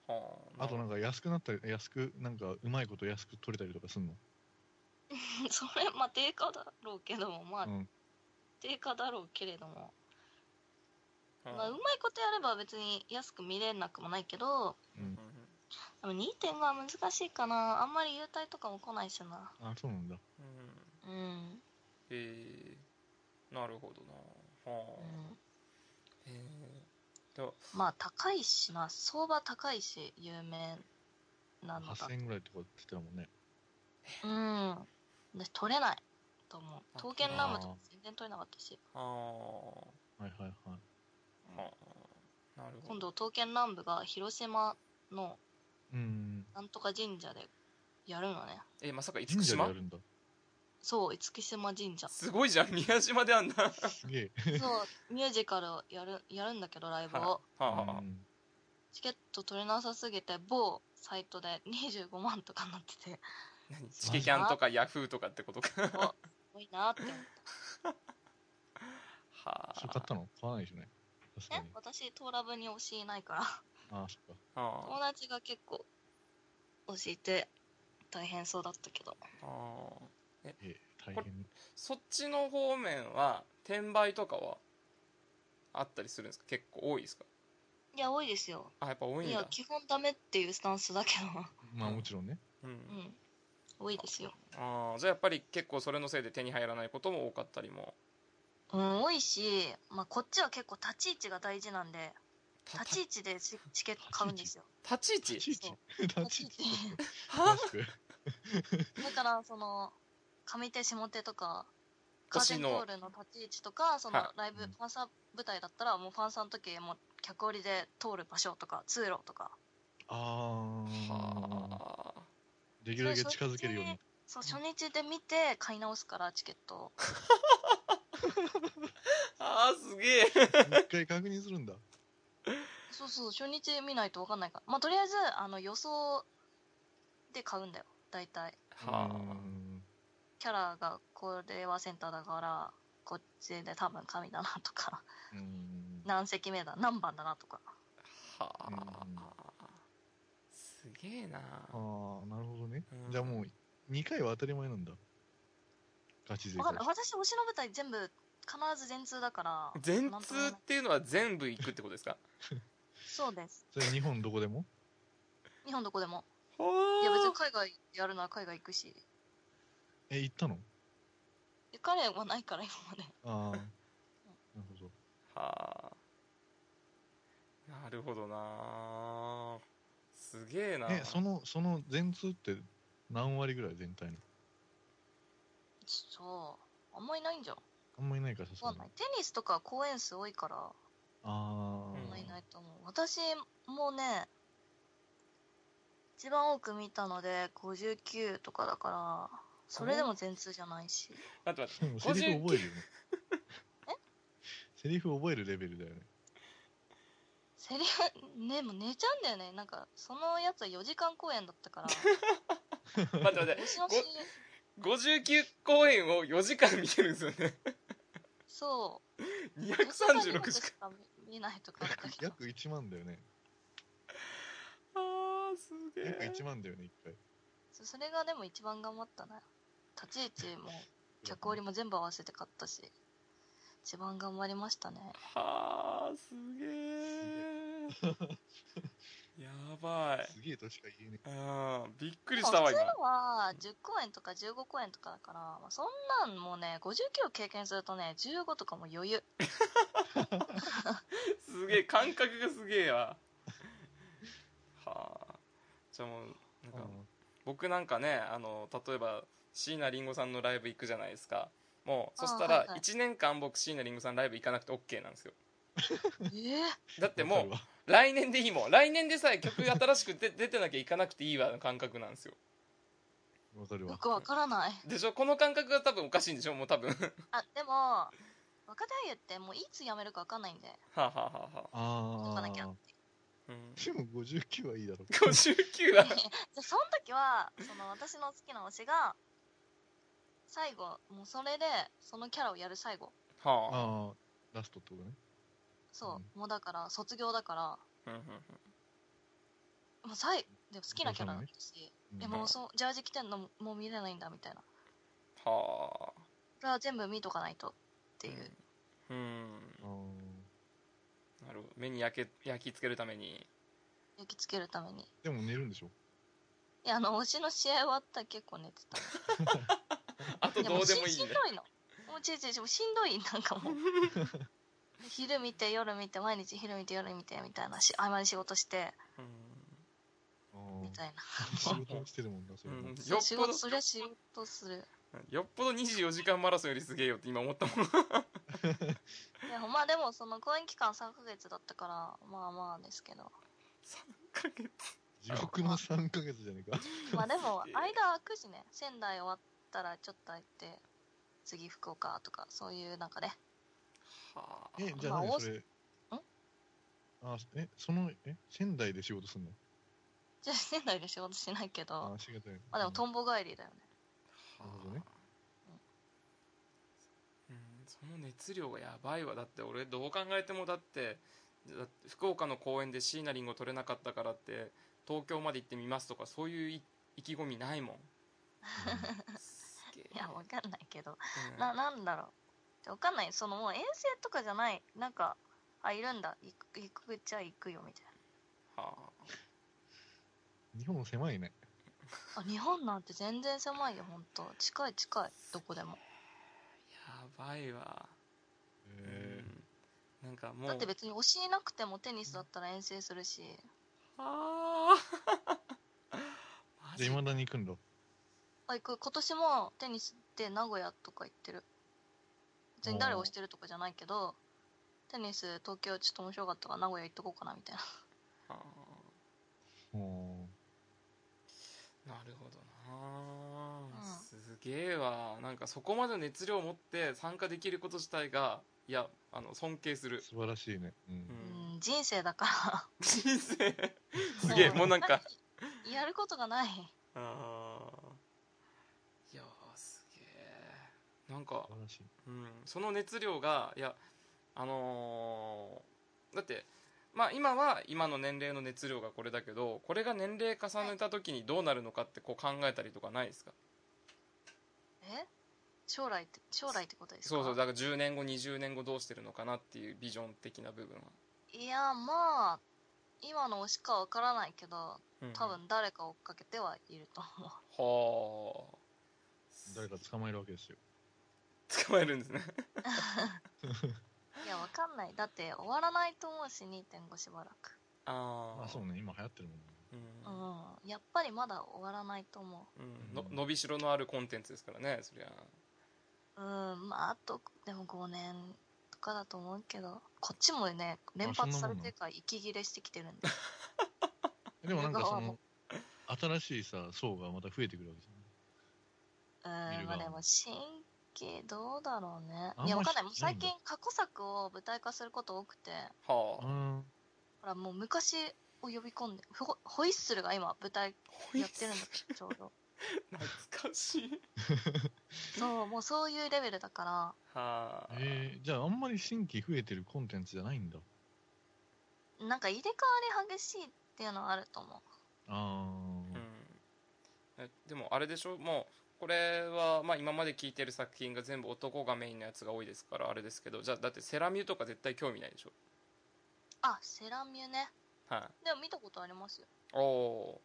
Speaker 1: あ。あとな
Speaker 2: なる
Speaker 1: んか安くなったり、安く、なんかうまいこと安く取れたりとかすんの
Speaker 3: それ、まあ、定価だろうけども、まあ
Speaker 1: う、ん。
Speaker 3: 定価だろうけれども。
Speaker 2: ほど
Speaker 3: まあ、うまいことやれば別に安く見れなくもないけど、
Speaker 1: うん。
Speaker 3: でも2.5は難しいかな。あんまり優待とかも来ないしな。
Speaker 1: あ、そうなんだ。
Speaker 2: うんうんうん
Speaker 3: うん。
Speaker 2: えー、なるほどなは
Speaker 3: う
Speaker 2: あ、
Speaker 3: ん、
Speaker 2: へえで
Speaker 3: まあ、高いしな。相場高いし、有名なのだ
Speaker 1: 8000円ぐらいとかって言ってたもんね。
Speaker 3: うん。で、取れないと思う。
Speaker 2: あ
Speaker 3: 刀剣乱舞とか全然取れなかったし。
Speaker 2: あー
Speaker 1: はいはいはい。
Speaker 2: あーなるほ
Speaker 3: 今
Speaker 2: ど
Speaker 3: 度、刀剣乱舞が広島の
Speaker 1: うん。
Speaker 3: なんとか神社でやるのね。
Speaker 2: えまさか厳
Speaker 1: 神社で
Speaker 2: 島
Speaker 1: やるんだ。
Speaker 3: そう、厳島神社。
Speaker 2: すごいじゃん宮島であんなは
Speaker 1: すげえ。
Speaker 3: そう、ミュージカルをやる、やるんだけど、ライブを。
Speaker 2: あ、はあ
Speaker 1: うん
Speaker 3: チケット取れなさすぎて、某サイトで25万とかになってて、
Speaker 2: 何チケキャンとかヤフーとかってことか
Speaker 3: お、多いなって思っ
Speaker 2: はあ
Speaker 1: それ買ったの買わないでしょうね。確
Speaker 3: た
Speaker 1: か
Speaker 3: ね
Speaker 1: に。。
Speaker 3: 私、トーラブに推しいないから、
Speaker 1: ああ、そっか。
Speaker 3: 友
Speaker 2: は
Speaker 3: 達が結構推しいて、大変そうだったけど。
Speaker 2: ああー
Speaker 1: ええ、大
Speaker 2: これ
Speaker 1: 変ね。
Speaker 2: そっちの方面は転売とかはあったりするんですか結構多いですか
Speaker 3: いや、多いですよ。
Speaker 2: あやっぱ多い
Speaker 3: い
Speaker 2: ん
Speaker 3: や
Speaker 2: だ、
Speaker 3: 基本ダメっていうスタンスだけ
Speaker 1: まあもちろんね。
Speaker 2: うん
Speaker 3: ど、うん、多いですよ。
Speaker 2: あーじゃあやっぱり結構それのせいで手に入らないことも多かったりも
Speaker 3: うん、多いし、まあ、こっちは結構立ち位置が大事なんで、
Speaker 2: たた
Speaker 3: 立ち位置でチチケット買うんですよ。
Speaker 2: 立ち位
Speaker 1: 立
Speaker 2: 置
Speaker 1: ち位置 立ち位置
Speaker 2: は
Speaker 1: 詳しく
Speaker 3: だから、その、上手下手とか、カーテ
Speaker 2: 星
Speaker 3: ン
Speaker 2: の
Speaker 3: コールの立ち位置とか、その
Speaker 2: は
Speaker 3: ライブ、
Speaker 1: うん
Speaker 3: ファンサ舞台だったら、もうファンさんの時、もう客折りで通る場所とか、通路とか、
Speaker 1: ああ。
Speaker 2: はあ
Speaker 1: できるだけ近づけるように。
Speaker 3: そう、初日で見て買い直すから、チケットを。
Speaker 2: あーすげえ
Speaker 1: 一回確認す るんだ。
Speaker 3: そうそう、初日見ないと分かんないから。まあ、とりあえず、あの、予想で買うんだよ、大体。
Speaker 2: は
Speaker 1: うん
Speaker 3: キャラがこれはセンターだからこっちで多分神だなとか
Speaker 1: うん
Speaker 3: 何席目だ何番だなとか
Speaker 2: はあ
Speaker 1: うん、
Speaker 2: すげえな
Speaker 1: ああなるほどね、
Speaker 2: うん
Speaker 1: じゃあもう2回は当たり前なんだガチ勢
Speaker 3: わかんない
Speaker 1: か
Speaker 3: 私推しの舞台全部必ず全通だから
Speaker 2: 全
Speaker 3: なんと
Speaker 2: 通
Speaker 3: も
Speaker 2: っていうのは全部行くってことですか
Speaker 3: そうです
Speaker 1: それ日本どこでも
Speaker 3: 日本どこでも
Speaker 2: はい
Speaker 3: や別に海外やるなら海外行くし
Speaker 1: え行ったの
Speaker 3: 彼はないから今まで
Speaker 1: あ あなるほど
Speaker 2: はあなるほどなすげえな
Speaker 1: えそのその全通って何割ぐらい全体の
Speaker 3: そうあんまりないんじゃん
Speaker 1: あんまりないからさす
Speaker 3: わ
Speaker 1: が
Speaker 3: かん
Speaker 1: に
Speaker 3: ないテニスとか公演数多いから
Speaker 1: あ
Speaker 2: う
Speaker 3: あん
Speaker 2: ん
Speaker 3: まりないと思う私もね一番多く見たので59とかだからそれでも全通じゃないし
Speaker 2: 待って
Speaker 1: あ、
Speaker 2: 待って
Speaker 1: でもセリフ覚えるよね セリフ覚えるレベルだよね
Speaker 3: セリフねもう寝ちゃうんだよねなんかそのやつは4時間公演だったから
Speaker 2: 待って待って
Speaker 3: 推しの親友
Speaker 2: 59公演を4時間見てるんですよね
Speaker 3: そう
Speaker 2: 236時間
Speaker 3: 間見ないとかだったけど
Speaker 1: 約1万だよね
Speaker 2: あーすげ
Speaker 1: 約
Speaker 2: え
Speaker 1: 1万だよね1回
Speaker 3: そうそれがでも一番頑張ったな立ち位置も客折りも全部合わせて買ったし一番頑張りましたね
Speaker 2: はあすげえやばい
Speaker 1: すげえとしか言えね
Speaker 2: あびっく
Speaker 3: で
Speaker 2: り
Speaker 3: も
Speaker 2: したわ
Speaker 3: 普通
Speaker 2: 今
Speaker 3: のは10公演とか15公演とかだから、まあ、そんなんもうね59を経験するとね15とかも余裕
Speaker 2: すげえ感覚がすげえわはあじゃあもうなん
Speaker 1: え
Speaker 2: か
Speaker 1: な
Speaker 2: 僕なんかねあの例えば椎名林檎さんのライブ行くじゃないですかもう
Speaker 3: あー
Speaker 2: そした
Speaker 3: は
Speaker 2: ら
Speaker 3: いはい
Speaker 2: 1年間僕椎名林檎さんライブ行かなくて OK なんですよ
Speaker 3: え え
Speaker 2: だって
Speaker 1: わか
Speaker 2: も
Speaker 1: るわ
Speaker 2: う来年でいいもん来年でさえ曲新しく出出てなきゃ行かなくていいわの感覚なんですよ
Speaker 1: わかる
Speaker 3: よ
Speaker 1: わ
Speaker 3: くわからない
Speaker 2: でしょこの感覚が多分おかしいんでしょもう多分 は
Speaker 3: あでも若手俳優ってもういつ辞めるかわかんないんで
Speaker 2: あはあはあはあ
Speaker 3: 行
Speaker 1: あ
Speaker 3: かなきゃっ
Speaker 1: あ
Speaker 3: て
Speaker 2: うん
Speaker 1: でも59はいい だろ
Speaker 2: 59は
Speaker 3: でその時はその私の好きな推しが最後もうそれでそのキャラをやる最後
Speaker 2: は
Speaker 1: あ
Speaker 2: あ
Speaker 1: あラストってことね
Speaker 3: そう
Speaker 1: う、
Speaker 3: もうだから卒業だから
Speaker 2: うんうんうん
Speaker 3: もう最でも好きなキャラだったし、
Speaker 1: うん
Speaker 3: えもうそうジャージ着てんのももう見れないんだみたいなこ
Speaker 2: はあ
Speaker 3: れは全部見とかないとっていう、
Speaker 2: うん
Speaker 1: あー
Speaker 2: なるほど目に焼け焼き付けるために
Speaker 3: 焼き付けるためにい
Speaker 1: でも寝るんでしょ
Speaker 3: やあの推しの試合終わったら結構寝てた
Speaker 2: あと
Speaker 3: いやも
Speaker 2: ど
Speaker 3: う
Speaker 2: うでも
Speaker 3: し
Speaker 2: いい
Speaker 3: しん
Speaker 2: ね
Speaker 3: どいのもうちいちいしんどいなんか もう昼見て夜見て毎日昼見て夜見てみたいなし合間に仕事して
Speaker 2: う
Speaker 1: あ
Speaker 3: みた
Speaker 1: あ
Speaker 3: いな
Speaker 1: 仕事してるもんなそれ
Speaker 2: んうん
Speaker 1: も
Speaker 2: よっ
Speaker 3: 仕
Speaker 2: ぽ
Speaker 3: 事
Speaker 2: ど
Speaker 3: そりゃ仕事する
Speaker 2: よっぽど24時間マラソンよりすげえよって今思ったもん
Speaker 3: いやまあでもその公演期間3ヶ月だったからまあまあですけど
Speaker 2: ヶ月
Speaker 1: 地獄の3ヶ月じゃねえ か
Speaker 3: まあでも
Speaker 2: すげえ
Speaker 3: 間空くしね仙台終わったらちょっと行って次福岡とかそういうなんかね
Speaker 2: はあ
Speaker 1: え、じゃ
Speaker 3: まあ
Speaker 1: あ
Speaker 3: 大
Speaker 1: 何それ。あ、え、その、え、仙台で仕事すんの
Speaker 3: じゃあ仙台で仕事しないけど
Speaker 1: あ、仕事や
Speaker 3: まあでもトンボ帰りだよね
Speaker 1: なるほどね
Speaker 2: うんその熱量がやばいわだって俺どう考えてもだってだって福岡の公園で椎名林檎取れなかったからって東京まで行ってみますとかそういうい意気込みないもんすげ え
Speaker 3: いやわかんないけど
Speaker 2: うん
Speaker 3: ななんだろうわかんないそのもう遠征とかじゃないなんかあいるんだ行く行くっちゃ行くよみたい
Speaker 2: は
Speaker 1: 日本狭いね。
Speaker 3: なあ日本なんて全然狭いよ本当近い近いどこでも
Speaker 2: あやばいわ
Speaker 1: え
Speaker 2: うんなんかもう
Speaker 3: だって別に教えなくてもテニスだったら遠征するし
Speaker 2: はあ マ
Speaker 1: ー、じゃあ、未だに行くんだ。
Speaker 3: あ行く今年もテニスって名古屋とか行ってる別に誰を推してるとかじゃないけどテニス東京ちょっと面白かったから名古屋行っとこうかなみたいな
Speaker 2: あ
Speaker 1: も
Speaker 2: ーなるほどな、すげえわなんかそこまでの熱量を持って参加できること自体がいやあの尊敬す
Speaker 1: う、
Speaker 2: る
Speaker 1: 素晴らしいね。う。
Speaker 2: うんん
Speaker 3: うん人生だか
Speaker 2: 人生
Speaker 3: ら
Speaker 2: すげえ
Speaker 3: そ
Speaker 2: もうなんか
Speaker 3: やることがない
Speaker 2: あーいやーすげえなんか
Speaker 1: 素晴らしい。
Speaker 2: うん、その熱量がいやあのーだってまあ今は今の年齢の熱量がこれだけどこれが年齢重ねた時にどうなるのかってこう考えたりとかないですか
Speaker 3: え将来って将来ってことですか
Speaker 2: そうそうだから10年後20年後どうしてるのかなっていうビジョン的な部分は、
Speaker 3: いやまあ今の推しかわからないけど
Speaker 2: うん
Speaker 3: 多分誰か追っかけてはいると思う、
Speaker 2: はあ
Speaker 1: 誰か捕まえるわけですよ。
Speaker 2: 捕まえるんですね
Speaker 3: いやわかんないだって終わらないと思うし2.5しばらく
Speaker 2: あ
Speaker 1: まあ
Speaker 2: あ
Speaker 1: そうね、今流行ってるもんね。
Speaker 2: うん
Speaker 3: うんやっぱりまだ終わらないと思
Speaker 2: うんの伸びしろのあるコンテンツですからねそりゃ
Speaker 3: ううんまああとでも5年とかだと思うけどこっちもね連発されてるから息切れしてきてるんで
Speaker 1: えでもなんか
Speaker 3: 見る
Speaker 1: そ
Speaker 3: 側
Speaker 1: の
Speaker 3: も、
Speaker 1: 新しいさ、層がまた増えてくるわけじゃん。
Speaker 3: うん
Speaker 1: 見る
Speaker 3: まあ
Speaker 1: 側も
Speaker 3: でも神経どうだろうね
Speaker 1: あんま
Speaker 3: いやわかんない
Speaker 1: し
Speaker 3: もう最
Speaker 1: な
Speaker 3: 近
Speaker 1: い
Speaker 3: 過去作を舞台化すること多くて
Speaker 2: はあ
Speaker 1: あ
Speaker 3: ほらもう昔を呼び込んでホホイッスルが今舞台やってるんだけどち ょうど
Speaker 2: 懐かしい
Speaker 3: そうもうそういうレベルだから
Speaker 2: はあ
Speaker 1: ーえーじゃああんまり新規増えてるコンテンツじゃないんだ。
Speaker 3: なんか入れ替わり激しいっていうのはあると思
Speaker 1: あー
Speaker 2: うんえでもあれでしょもうこれは、まあ、今まで聞いてる作品が全部男がメインのやつが多いですからあれですけどじゃあだってセラミューとか絶対興味ないでしょ
Speaker 3: うあセラミュね
Speaker 2: は
Speaker 3: でも見たことありますよ
Speaker 2: いおお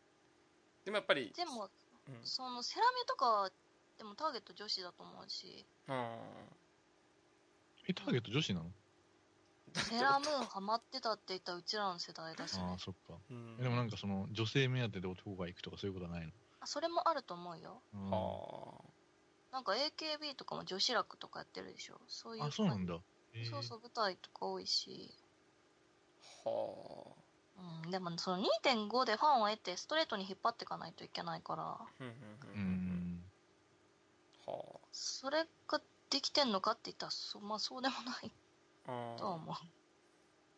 Speaker 2: ーでもやっぱり
Speaker 3: でも
Speaker 2: うん、
Speaker 3: そのセラミュとかでもターゲット女子だと思うし
Speaker 2: うん
Speaker 1: え、ターゲット女子なの
Speaker 3: セラムーンハマってたって言ったらうちらの世代だし
Speaker 1: あ
Speaker 3: ね
Speaker 1: あ、そっか。
Speaker 2: うん
Speaker 1: えでもなんかその、女性目当てで男が行くとかそういうことはないの
Speaker 3: あそれもあると思うよ
Speaker 1: うん
Speaker 2: は
Speaker 3: なんか AKB とかも女子楽とかやってるでしょそういう
Speaker 1: あ、そうなんだ。えー
Speaker 3: そうそう舞台とか多いし
Speaker 2: あは
Speaker 3: うん、でもその2.5でファンを得てストレートに引っ張っていかないといけないから
Speaker 2: あうんうん
Speaker 1: う
Speaker 2: うんうん
Speaker 1: ん。
Speaker 2: は
Speaker 3: それができてんのかって言ったらそ,、まあ、そうでもない
Speaker 2: あ
Speaker 3: とは思う
Speaker 2: だ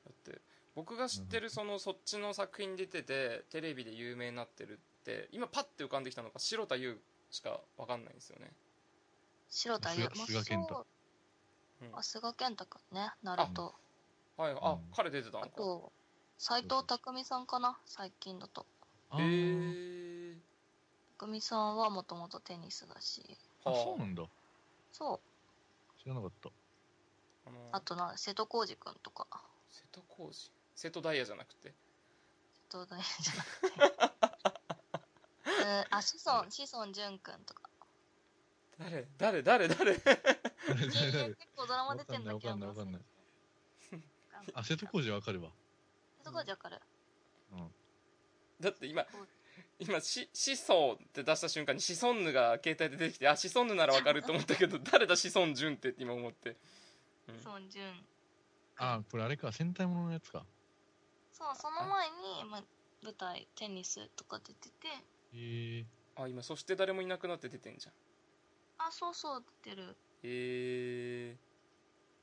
Speaker 2: って僕が知ってるそのそっちの作品に出ててテレビで有名になってるって今パッて浮かんできたのが白田優しか分かんないんですよね
Speaker 3: 白田優
Speaker 1: 菅菅健太
Speaker 2: うん
Speaker 3: あ菅健太くんねナルト
Speaker 2: はいあ、
Speaker 1: うん
Speaker 2: 彼出てたの
Speaker 3: あ
Speaker 2: か
Speaker 3: と斎藤工さんかな最近だと
Speaker 1: あ
Speaker 2: へ
Speaker 1: ー
Speaker 2: え
Speaker 3: 工さんはもともとテニスだし
Speaker 1: あ、そうなんだ。
Speaker 3: そう
Speaker 1: 知らなかった。
Speaker 2: あの
Speaker 3: あとな瀬戸康史くんとか
Speaker 2: 瀬戸康史瀬戸大也じゃなくて
Speaker 3: 瀬戸大 也じゃなくてうんあ志尊志尊淳くんとか
Speaker 2: 誰誰誰
Speaker 1: 誰
Speaker 2: 誰
Speaker 3: いや
Speaker 1: 誰
Speaker 3: いや
Speaker 1: 誰
Speaker 3: 結構ドラマ出てんだけど
Speaker 1: わかんないわかんないわ
Speaker 3: わかんない
Speaker 1: あ、瀬戸康史わかるわ。
Speaker 3: 瀬戸康史わかる
Speaker 2: だって今今しシソって出した瞬間にシソンヌが携帯で出てきてあシソンヌならわかると思ったけ ど誰だシソンジュンってって今思って、うん
Speaker 3: 志尊淳
Speaker 1: あ、これあれか、戦隊もののやつか。
Speaker 3: そうその前に、まあ、舞台テニスとか出てて
Speaker 1: えー、
Speaker 2: あ今そして誰もいなくなって出てんじゃん
Speaker 3: あそうそう出てる
Speaker 2: へえ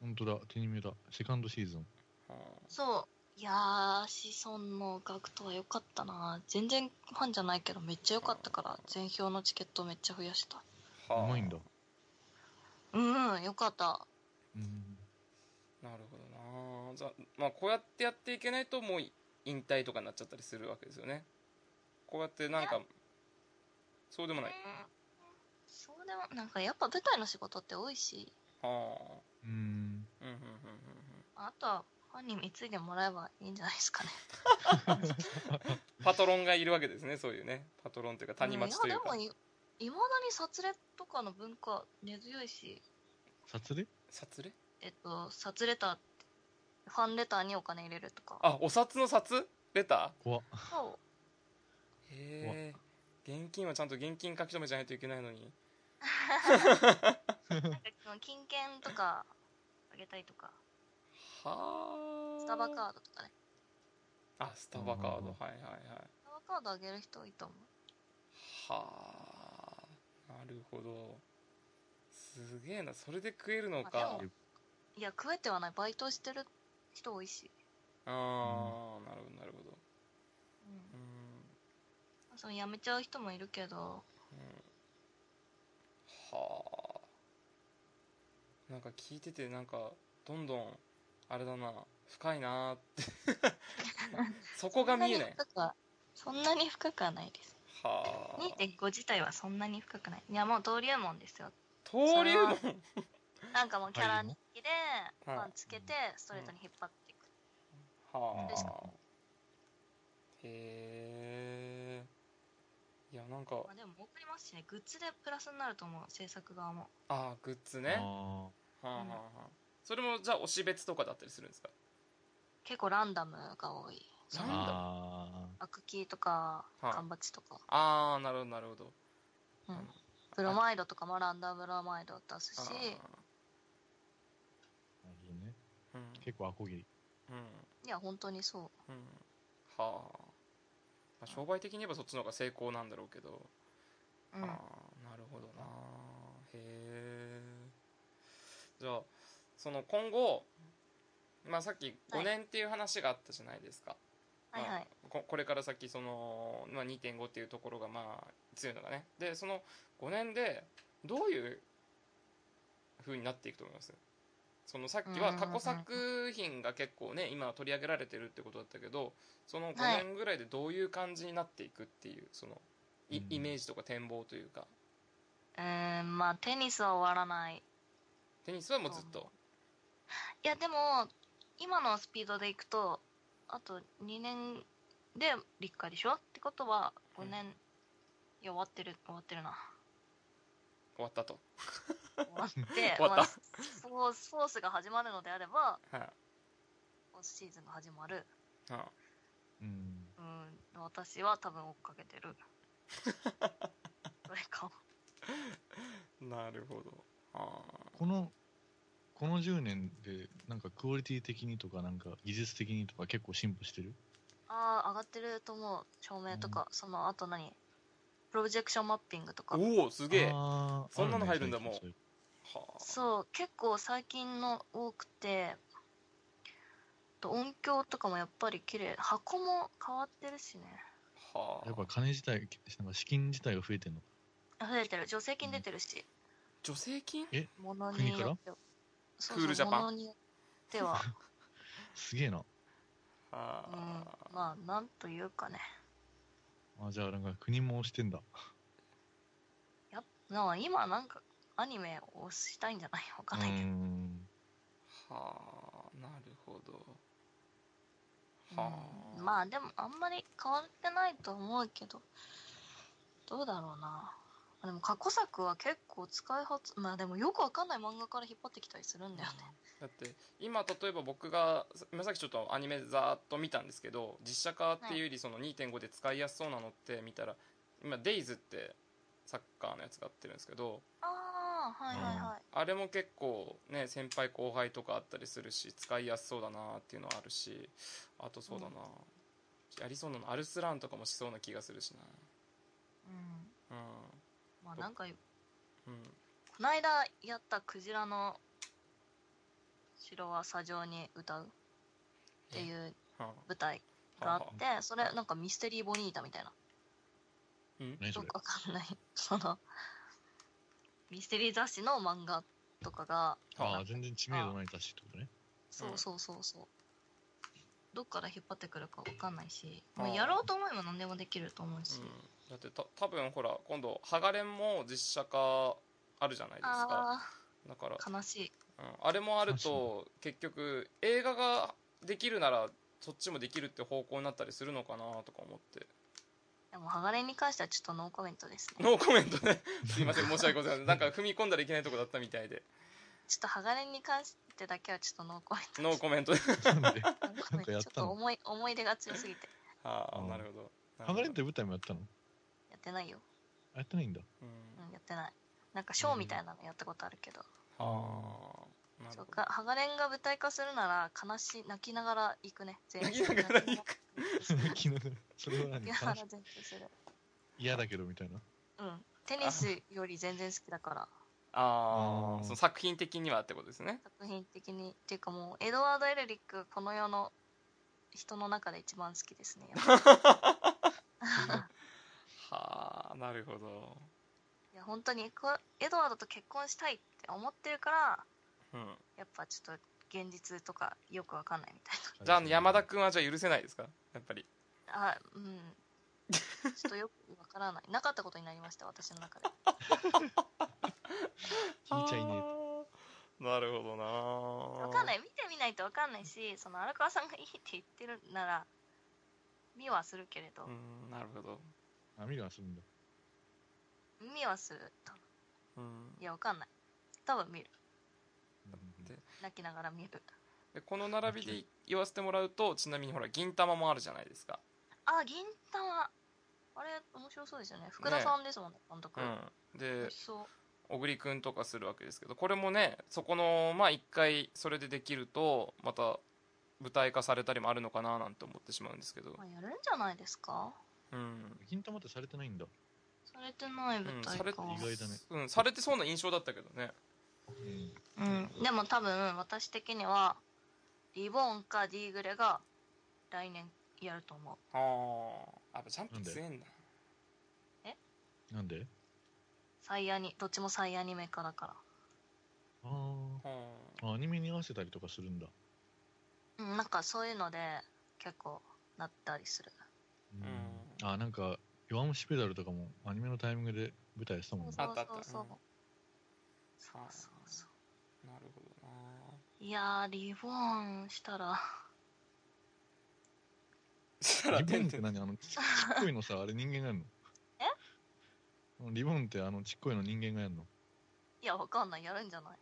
Speaker 1: ほんとだ、手に見えた。セカンドシーズン。
Speaker 2: は
Speaker 3: そういやーシソンの学徒は良かったな全然ファンじゃないけどめっちゃ良かったから全票のチケットめっちゃ増やした
Speaker 2: あ
Speaker 1: うまいんだ。
Speaker 3: うんうん良かった
Speaker 1: うん。
Speaker 2: なるほどなじゃあまあこうやってやっていけないともう引退とかになっちゃったりするわけですよねこうやってなんかそうでもない
Speaker 3: うんそうでもなんかやっぱ舞台の仕事って多いし
Speaker 2: は
Speaker 1: うん。
Speaker 2: あうんうんうん
Speaker 3: あとはファンに貢いでもらえばいいんじゃないですかね
Speaker 2: うんパトロンがいるわけですねそういうねパトロンというか谷町というか
Speaker 3: んいやでもいいまだに殺レとかの文化根強いし
Speaker 1: 撮影
Speaker 2: 札れ
Speaker 3: えっと殺レターってファンレターにお金入れるとか
Speaker 2: あお札の札レタ
Speaker 1: 怖っ。
Speaker 3: そう
Speaker 2: ーへえ現金はちゃんと現金書き留めじゃないといけないのに
Speaker 3: なんかその金券とかあげたりとか
Speaker 2: はあ
Speaker 3: スタバカードとかね
Speaker 2: あスタバカー
Speaker 1: うんうんう
Speaker 2: ド
Speaker 1: ん
Speaker 2: はいはいはい
Speaker 3: スタバカードあげる人多いと思う
Speaker 2: はあなるほどすげえなそれで食えるの
Speaker 3: ま
Speaker 2: か
Speaker 3: あでもいや食えてはないバイトしてる人多いし、
Speaker 2: ああなるほどなるほどう
Speaker 3: うんん、その辞めちゃう人もいるけど
Speaker 2: うんはあなんか聞いててなんかどんどんあれだな深いなーって そこが見えない
Speaker 3: そんなに深くはないです
Speaker 2: はあ
Speaker 3: 2.5自体はそんなに深くないいやもう登竜門ですよ
Speaker 2: 登竜門
Speaker 3: なんかもうキャラ人気で
Speaker 2: はい
Speaker 3: まあつけてストレートに引っ張っていく、
Speaker 2: は
Speaker 3: です
Speaker 2: あへえいやなんか
Speaker 3: まあ、でも儲かりますしねグッズでプラスになると思う制作側も
Speaker 2: ああグッズねは
Speaker 1: あ
Speaker 2: あ、はあはあ、それもじゃあ推し別とかだったりするんですか
Speaker 3: 結構ランダムが多い
Speaker 1: ー
Speaker 2: なんだ
Speaker 1: あ
Speaker 3: アクキーとか
Speaker 2: はい
Speaker 3: 缶バッチとか、
Speaker 2: ああなるほどなるほど
Speaker 3: うん
Speaker 2: あの
Speaker 3: ブロマイドとかもランダムブロマイド出すし
Speaker 2: ああ
Speaker 1: ーいいね
Speaker 2: うん
Speaker 1: 結構アコギ
Speaker 2: うん
Speaker 3: いや本当にそう
Speaker 2: うんはあ、まあ、商売的に言えばそっちの方が成功なんだろうけど
Speaker 3: うん
Speaker 2: ああなるほどなへえじゃあその今後、まあ、さっき
Speaker 3: は
Speaker 2: 5
Speaker 3: い
Speaker 2: 年っていう話があったじゃないですか、
Speaker 3: はいはい
Speaker 2: まあここれから先その、まあ、2.5っていうところがまあ強いのがねでその5年でどういうふうになっていくと思いますそのさっきは過去作品が結構ね今取り上げられてるってことだったけどその
Speaker 3: は
Speaker 2: 5
Speaker 3: い
Speaker 2: 年ぐらいでどういう感じになっていくっていうそのい
Speaker 1: うん
Speaker 2: イメージとか展望というか
Speaker 3: うーんまあテニスは終わらない
Speaker 2: テニスはもうずっと
Speaker 3: いやでも今のスピードでいくとあと2年で立夏でしょってことは5年、いや終わってる終わってるな
Speaker 2: 終わったと、
Speaker 3: 終わっ て
Speaker 2: 終わった
Speaker 3: まあスポースポーツが始まるのであれば
Speaker 2: はい
Speaker 3: オフシーズンが始まる
Speaker 2: は
Speaker 1: うん
Speaker 3: うん私は多分追っかけ てるそれか
Speaker 2: あなるほどあ
Speaker 1: このこの10年でなんかクオリティ的にとかなんか技術的にとか結構進歩してる
Speaker 3: ああ上がってると思う照明とか、そのあと何プロジェクションマッピングと
Speaker 2: あ
Speaker 3: か
Speaker 2: おおすげえ
Speaker 1: あ
Speaker 2: は
Speaker 1: ー
Speaker 2: そんなの入るんだ
Speaker 1: あね
Speaker 2: もう
Speaker 1: そういう
Speaker 2: あ
Speaker 3: そう結構最近の多くてと音響とかもやっぱり綺麗箱のも変わってるしね
Speaker 2: はあ
Speaker 1: やっぱ金自体なんか資金自体が増えてんの
Speaker 3: 増えてる助成金出てるし
Speaker 2: 助成金
Speaker 3: ものによってはそう
Speaker 2: クールジャ
Speaker 3: そう
Speaker 2: パン
Speaker 3: ものによっ ては、
Speaker 1: すげえな
Speaker 2: は
Speaker 3: うん、
Speaker 2: あ、
Speaker 3: まあなんというかね
Speaker 1: あじゃあなんか国も押してんだ
Speaker 3: なあ今なんかアニメをしたいんじゃないわかんないけど、
Speaker 1: ん
Speaker 2: はあなるほどはあ、
Speaker 3: うんまあでもあんまり変わってないと思うけどどうだろうなあでも過去作は結構使い発まあでもよくわかんない漫画から引っ張ってきたりするんだよね
Speaker 2: だって今例えば僕が今さっきちょっとアニメざーっと見たんですけど実写化っていうよりその2.5で使いやすそうなのって見たら今「デイズってサッカーのやつがあってるんですけど
Speaker 3: ああはいはいはい、
Speaker 2: あれも結構ね先輩後輩とかあったりするし使いやすそうだなっていうのはあるしあとそうだな、やりそうなのアルスランとかもしそうな気がするし
Speaker 3: うん
Speaker 2: な
Speaker 3: まあなんか
Speaker 2: うんうん
Speaker 3: こないだやったクジラの城は砂上に歌うっていう
Speaker 2: は
Speaker 3: 舞台
Speaker 2: あ
Speaker 3: があっ
Speaker 2: はあ
Speaker 3: てそれなんかミステリーボニータみたいな
Speaker 2: うん
Speaker 1: 何
Speaker 3: よ
Speaker 1: それ
Speaker 3: くわかんないそのミステリー雑誌の漫画とかが
Speaker 1: ああ全然知名度ない雑誌ってことね
Speaker 3: そううんそうそうそう、どっから引っ張ってくるかわかんないし、
Speaker 2: あー
Speaker 3: まあ、やろうと思えば何でもできると思うし、
Speaker 2: うん、だってた多分ほら今度「ハガレン」も実写化あるじゃないですか
Speaker 3: あ
Speaker 2: だから、
Speaker 3: あ悲しい
Speaker 2: うんあれもあると結局映画ができるならそっちもできるって方向になったりするのかなとか思って
Speaker 3: でもハガレンに関してはちょっとノーコメントですね
Speaker 2: ノーコメントね すいません申し訳ございませんなんか踏み込んだらいけないとこだったみたいで
Speaker 3: ちょっとハガレンに関してだけはちょっとノーコメン ト
Speaker 2: ノーコメントで
Speaker 1: なんで
Speaker 3: ノーコメン
Speaker 1: なんかやっ
Speaker 3: トちょった
Speaker 1: の
Speaker 3: と思い思い出が強すぎて
Speaker 2: ああ
Speaker 1: うん
Speaker 2: なるほど
Speaker 1: ハガレンっ
Speaker 2: と
Speaker 1: て舞台もやったの
Speaker 3: やってないよ、
Speaker 1: あやってないんだ
Speaker 3: うん、やってないなんかショーみたいなのやったことあるけど、
Speaker 2: ああなる
Speaker 3: そ
Speaker 2: ほど
Speaker 3: うかハガレンが舞台化するなら悲しい泣きながら行くね全
Speaker 2: 泣きながら行く
Speaker 1: 昨日それは何
Speaker 3: 泣きながら
Speaker 1: 悲しい
Speaker 3: 全然する
Speaker 1: 嫌だけどみたいな
Speaker 3: うんテニスより全然好きだから
Speaker 1: う
Speaker 2: ああ
Speaker 1: ん
Speaker 2: その作品的にはってことですね
Speaker 3: 作品的にっていうかもうエドワード・エルリックがこの世の人の中で一番好きですねやっぱ
Speaker 2: はあなるほど
Speaker 3: いや本当にこエドワードと結婚したいって思ってるからやっぱちょっと現実とかよくわかんないみたい
Speaker 2: じゃあ山田君はじゃあ許せないですかやっぱり
Speaker 3: なあうんちょっとよくわからないなかったことになりました私の中で
Speaker 1: 聞いちゃいねえと
Speaker 2: あーなるほどな
Speaker 3: わかんないい見てみないとわかんないしその荒川さんがいいって言ってるなら見はするけれど、
Speaker 2: うんなるほど
Speaker 1: あ見るはするんだ
Speaker 3: 見はする多分
Speaker 2: うん
Speaker 3: いやわかんない多分見る
Speaker 1: うん
Speaker 2: で
Speaker 3: 泣きながら見る
Speaker 2: でこの並びで言わせてもらうとちなみにほら銀玉もあるじゃないですか
Speaker 3: あ銀玉あれ面白そうですよね福田さんですもんね監督、
Speaker 2: うんで
Speaker 3: 美味しそう
Speaker 2: 小栗くんとかするわけですけどこれもねそこのまあ一回それでできるとまた舞台化されたりもあるのかななんて思ってしまうんですけど
Speaker 3: まあ、やるんじゃないですか
Speaker 2: うん、
Speaker 1: 銀玉ってされてないんだ
Speaker 3: されてない
Speaker 2: うん
Speaker 3: 舞台
Speaker 2: されて
Speaker 3: か、
Speaker 1: 意外だね
Speaker 2: うん、されてそうな印象だったけどね
Speaker 1: うん
Speaker 3: うん、でも多分私的にはリボンか D グレが来年やると思う
Speaker 2: ああやっぱジャンプ強えんだ
Speaker 1: なんで
Speaker 3: 最アニどっちも最アニメ化だから
Speaker 1: あ
Speaker 2: うん
Speaker 1: ーあアニメに合わせたりとかするんだ
Speaker 3: うん、なんかそういうので結構なったりする。
Speaker 1: うん
Speaker 2: う
Speaker 1: あなんか弱虫ペダルとかもアニメのタイミングで舞台やってたもんね
Speaker 2: あったあった
Speaker 3: そうそう
Speaker 2: うん
Speaker 3: そうそうそう
Speaker 2: なるほどない
Speaker 3: やー、リボーンしたら、
Speaker 2: したら
Speaker 1: リボ
Speaker 2: て
Speaker 1: ンっ
Speaker 2: ん
Speaker 1: てて
Speaker 2: ん
Speaker 1: 何あのちちっこいのさあれ人間がやるの
Speaker 3: え
Speaker 1: リボンってあのちっこいの人間がやるの
Speaker 3: いや、わかんない、やるんじゃない。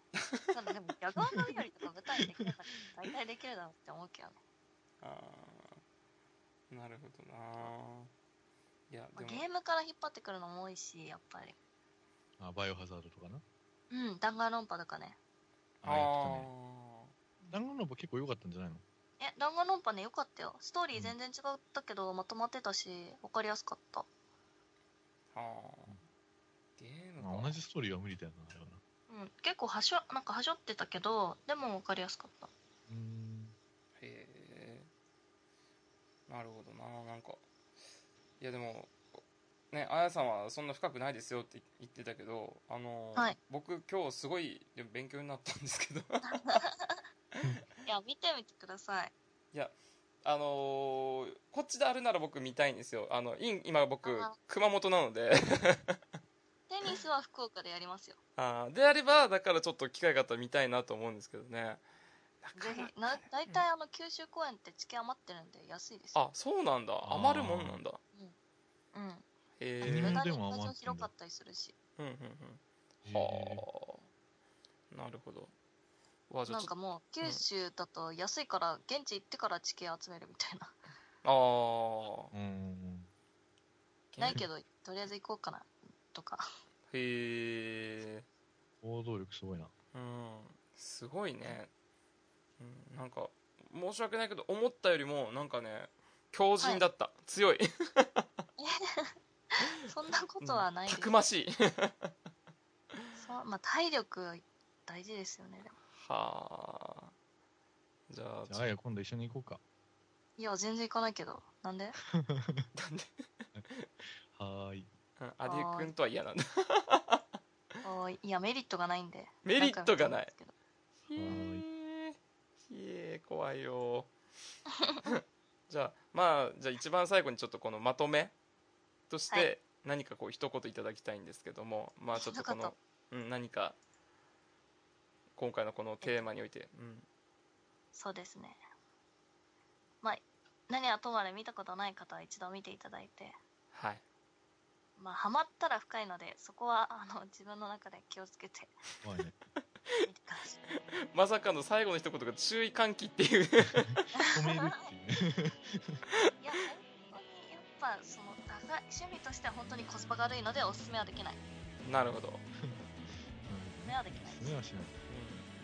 Speaker 3: わかんないでも、ギャガーのよりとか舞台できるから、大体できるだろうって思うけどね。
Speaker 2: あーなるほどないや
Speaker 3: まあ
Speaker 2: でも
Speaker 3: ゲームから引っ張ってくるのも多いし、やっぱり。
Speaker 1: あバイオハザードとかな
Speaker 3: うん、弾丸論破とかね。
Speaker 1: あれやってたね
Speaker 2: あ
Speaker 1: 弾丸の結構良かったんじゃないの
Speaker 3: え、弾丸論破ね、よかったよ。ストーリー全然違ったけど、まとまってたし、わかりやすかった。
Speaker 2: ーあーゲーム
Speaker 1: まあ
Speaker 2: か
Speaker 1: 同じストーリーは無理だよなあれはな
Speaker 3: うん、結構はしょ、なんかはしょってたけど、でもわかりやすかった。
Speaker 1: うん
Speaker 2: へえなるほどななんかいやでもねあやさんはそんな深くないですよって言ってたけどあのー
Speaker 3: はい
Speaker 2: 僕今日すごいでも勉強になったんですけど
Speaker 3: いや、見てみてください。
Speaker 2: あのーこっちであるなら僕見たいんですよあのいん今僕
Speaker 3: あ
Speaker 2: 熊本なので
Speaker 3: テニスは福岡でや りますよ。
Speaker 2: あーであればだからちょっと機会があったら見たいなと思うんですけどね
Speaker 3: ぜ
Speaker 2: なかな
Speaker 3: ひ。な、大体あの、九州公演ってチケ余ってるんで安いですよ。
Speaker 2: あそうなんだ
Speaker 1: あー
Speaker 2: 余るもんなんだ
Speaker 3: うん。
Speaker 2: へ
Speaker 1: 自
Speaker 2: え
Speaker 1: 分
Speaker 3: 無駄
Speaker 1: で
Speaker 3: に
Speaker 1: も余ってんだ
Speaker 3: 会場広かったりするし。
Speaker 2: うんうん
Speaker 1: へ
Speaker 2: うん
Speaker 1: ー
Speaker 2: はあなるほどわあじゃ
Speaker 3: な
Speaker 2: あ
Speaker 3: ん
Speaker 2: ちょ
Speaker 3: か
Speaker 2: っ
Speaker 3: もう、九州だと安いから、現地行ってからチケ集めるみた いな。
Speaker 2: とああ
Speaker 1: うんうん
Speaker 3: ないけど、とりあえず行こうかな。とか。
Speaker 2: へえ
Speaker 1: 行動力すごいな
Speaker 2: うんすごいね、うん、なんか申し訳ないけど思ったよりもなんかね強靭だった、強い
Speaker 3: そんなことはないです。
Speaker 2: たくましい
Speaker 3: そうまあ、体力大事ですよね。でも
Speaker 2: はあじゃあ
Speaker 1: じゃああや今度一緒に行こうか
Speaker 3: いや、全然行かないけど。な んで
Speaker 1: はーい
Speaker 2: うんアデュ君とは嫌なんだ
Speaker 3: おいいや、メリットがないんで。
Speaker 2: メリットがない
Speaker 3: んか見て
Speaker 2: へ
Speaker 3: み
Speaker 2: えへえ怖いよ じゃあまあじゃあ一番最後にちょっとこのまとめとし
Speaker 3: は
Speaker 2: て何かこう一言いただきたいんですけども、まあちょっとこ
Speaker 3: 一
Speaker 2: の、うん、何か今回のこのテーマにおいて、うん、
Speaker 3: そうですね。まあ、何はとまで見たことない方は一度見ていただいて、
Speaker 2: はい
Speaker 3: まあ、ハマったら深いので、そこは、あの、自分の中で気をつけて
Speaker 1: 怖いね
Speaker 3: 見てください。
Speaker 2: まさかの最後の一言が注意喚起っていう
Speaker 1: 止めるっていうね
Speaker 3: いや、本当に、やっぱ、その、高い、趣味としては本当にコスパが悪いので、おすすめはできない。
Speaker 2: なるほど、うん
Speaker 3: おすすめはできない。
Speaker 1: うん爪はしない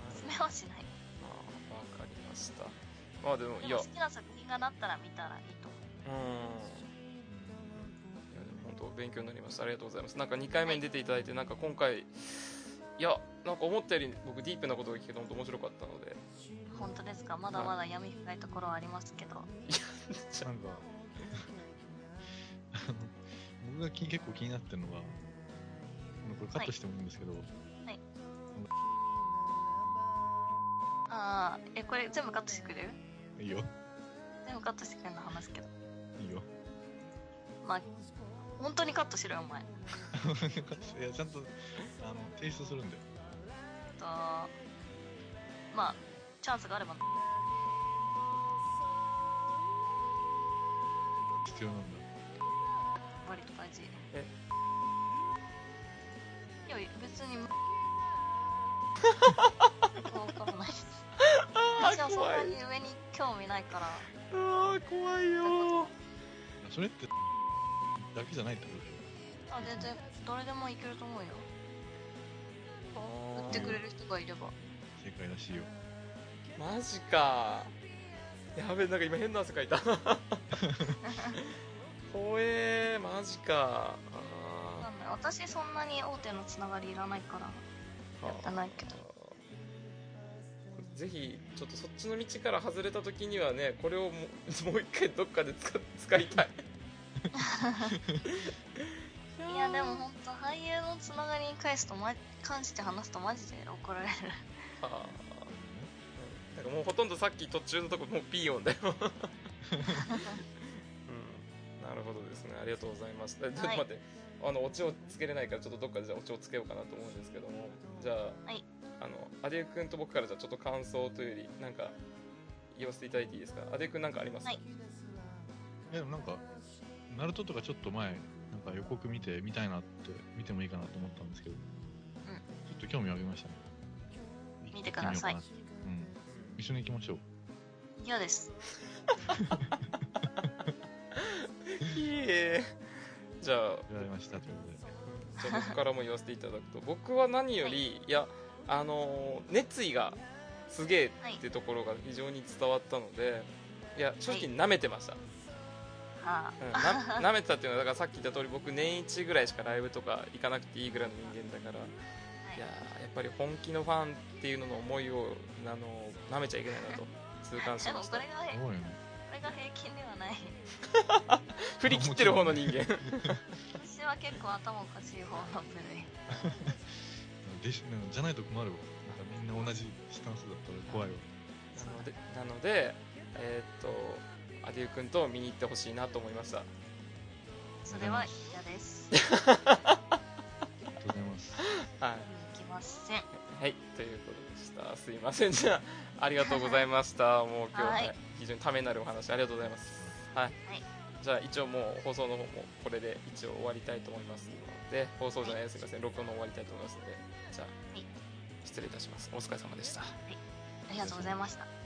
Speaker 3: おすすめはしない。
Speaker 2: まあわかりましたまあでもい
Speaker 3: で
Speaker 2: や
Speaker 3: も、
Speaker 2: う
Speaker 3: 好きな作品がなったら見たらいいと思う。
Speaker 2: んいやでも本当勉強になりましたありがとうございますなんか2回目に出ていただいてなんか今回いやなんか思ったより僕ディープなことが聞けて本当面白かったので
Speaker 3: 本当ですかまだまだ闇深いところはありますけど。
Speaker 2: じゃ
Speaker 1: なんかあの僕がき結構気になってるのがこれカットしてもいいんですけど、はい
Speaker 3: はいああえこれ全部カットしてくれる
Speaker 1: いいよ
Speaker 3: 全部カットしてくれるの話すけど
Speaker 1: いいよ
Speaker 3: まあ本当にカットしろよお前
Speaker 1: いやちゃんとあの提出するんだよ
Speaker 3: えっとまあチャンスがあれば
Speaker 1: 必要なんだ
Speaker 3: 割と大事
Speaker 2: え
Speaker 3: いや別 にもう分かんないです
Speaker 2: あ
Speaker 3: 私
Speaker 2: ー
Speaker 3: はそん
Speaker 2: 怖
Speaker 3: ないに上に興味ないから
Speaker 2: うわー怖いよ
Speaker 1: それってだけじゃないってことだよ
Speaker 3: あ全然誰でもいけると思うよ
Speaker 2: ー
Speaker 3: 売ってくれる人がいれば
Speaker 1: 正解らしいよ
Speaker 2: マジかやべえなんか今変な汗 かいた怖えマジか
Speaker 3: な
Speaker 2: あ
Speaker 3: んだろう私そんなに大手のつながりいらないから
Speaker 2: ー
Speaker 3: やってないけど
Speaker 2: ぜひちょっとそっちの道から外れた時にはねこれをももう一回どっかで 使使いたい
Speaker 3: いやでも本当俳優のつながりに関してと、ま、関して話すとマジで怒られる
Speaker 2: あーなんかもうほとんどさっき途中のとこもうピーヨンだよ、うん、なるほどですねありがとうございましたちょっと待って、あのオチをつけれないからちょっとどっかでじゃあオチをつけようかなと思うんですけどもじゃあ、
Speaker 3: はい
Speaker 2: あのアデュ君と僕からじゃあちょっと感想というよりなんか言わせていただいていいですかアデュ君なんかありますか、
Speaker 3: はい
Speaker 1: えでもなんかナルトとかちょっと前なんか予告見て見たいなって見てもいいかなと思ったんですけど、ちょっと興味ありましたね
Speaker 3: 見てください
Speaker 1: 行ってみようかなうん一緒に行きましょう
Speaker 3: 嫌です
Speaker 2: いいえじゃあ
Speaker 1: やられましたということで
Speaker 2: じゃあ僕からも言わせていただくと僕は何よりいやあのー熱意がすげえってところが非常に伝わったのでいや正直舐めてました、
Speaker 3: はあ
Speaker 2: うんな 舐めてたっていうのはだからさっき言った通り僕年1ぐらいしかライブとか行かなくていいぐらいの人間だから
Speaker 3: はい
Speaker 2: いやーやっぱり本気のファンっていうのの思いをあのー舐めちゃいけないなと痛感し
Speaker 3: でも
Speaker 2: まし
Speaker 3: こ
Speaker 2: た
Speaker 3: れが
Speaker 1: す
Speaker 3: こ
Speaker 1: ごいよね
Speaker 3: れが平均ではない
Speaker 2: 振り切ってる方の人 間
Speaker 3: 私は結構頭おかしい方の部類
Speaker 1: でしじゃないと困るわなんかみんな同じスタンスだったら怖いわ
Speaker 2: なのでなのでえーっとアデュー君と見に行ってほしいなと思いました
Speaker 3: それは 嫌です
Speaker 1: ありがとうございます
Speaker 2: はい
Speaker 3: 行きません
Speaker 2: はい、ということでした。すいません。じゃあ、ありがとうございま した。もう今日は、
Speaker 3: はい
Speaker 2: ね、非常にためになるお話、ありがとうございます。はい。じゃあ、一応もう放送の方もこれで一応終わりたいと思いますので、放送じゃないです。すいません。録音の終わりたいと思いますので、じゃあ、
Speaker 3: はい
Speaker 2: 失礼いたします。お疲れ様でした。
Speaker 3: ありがとうございました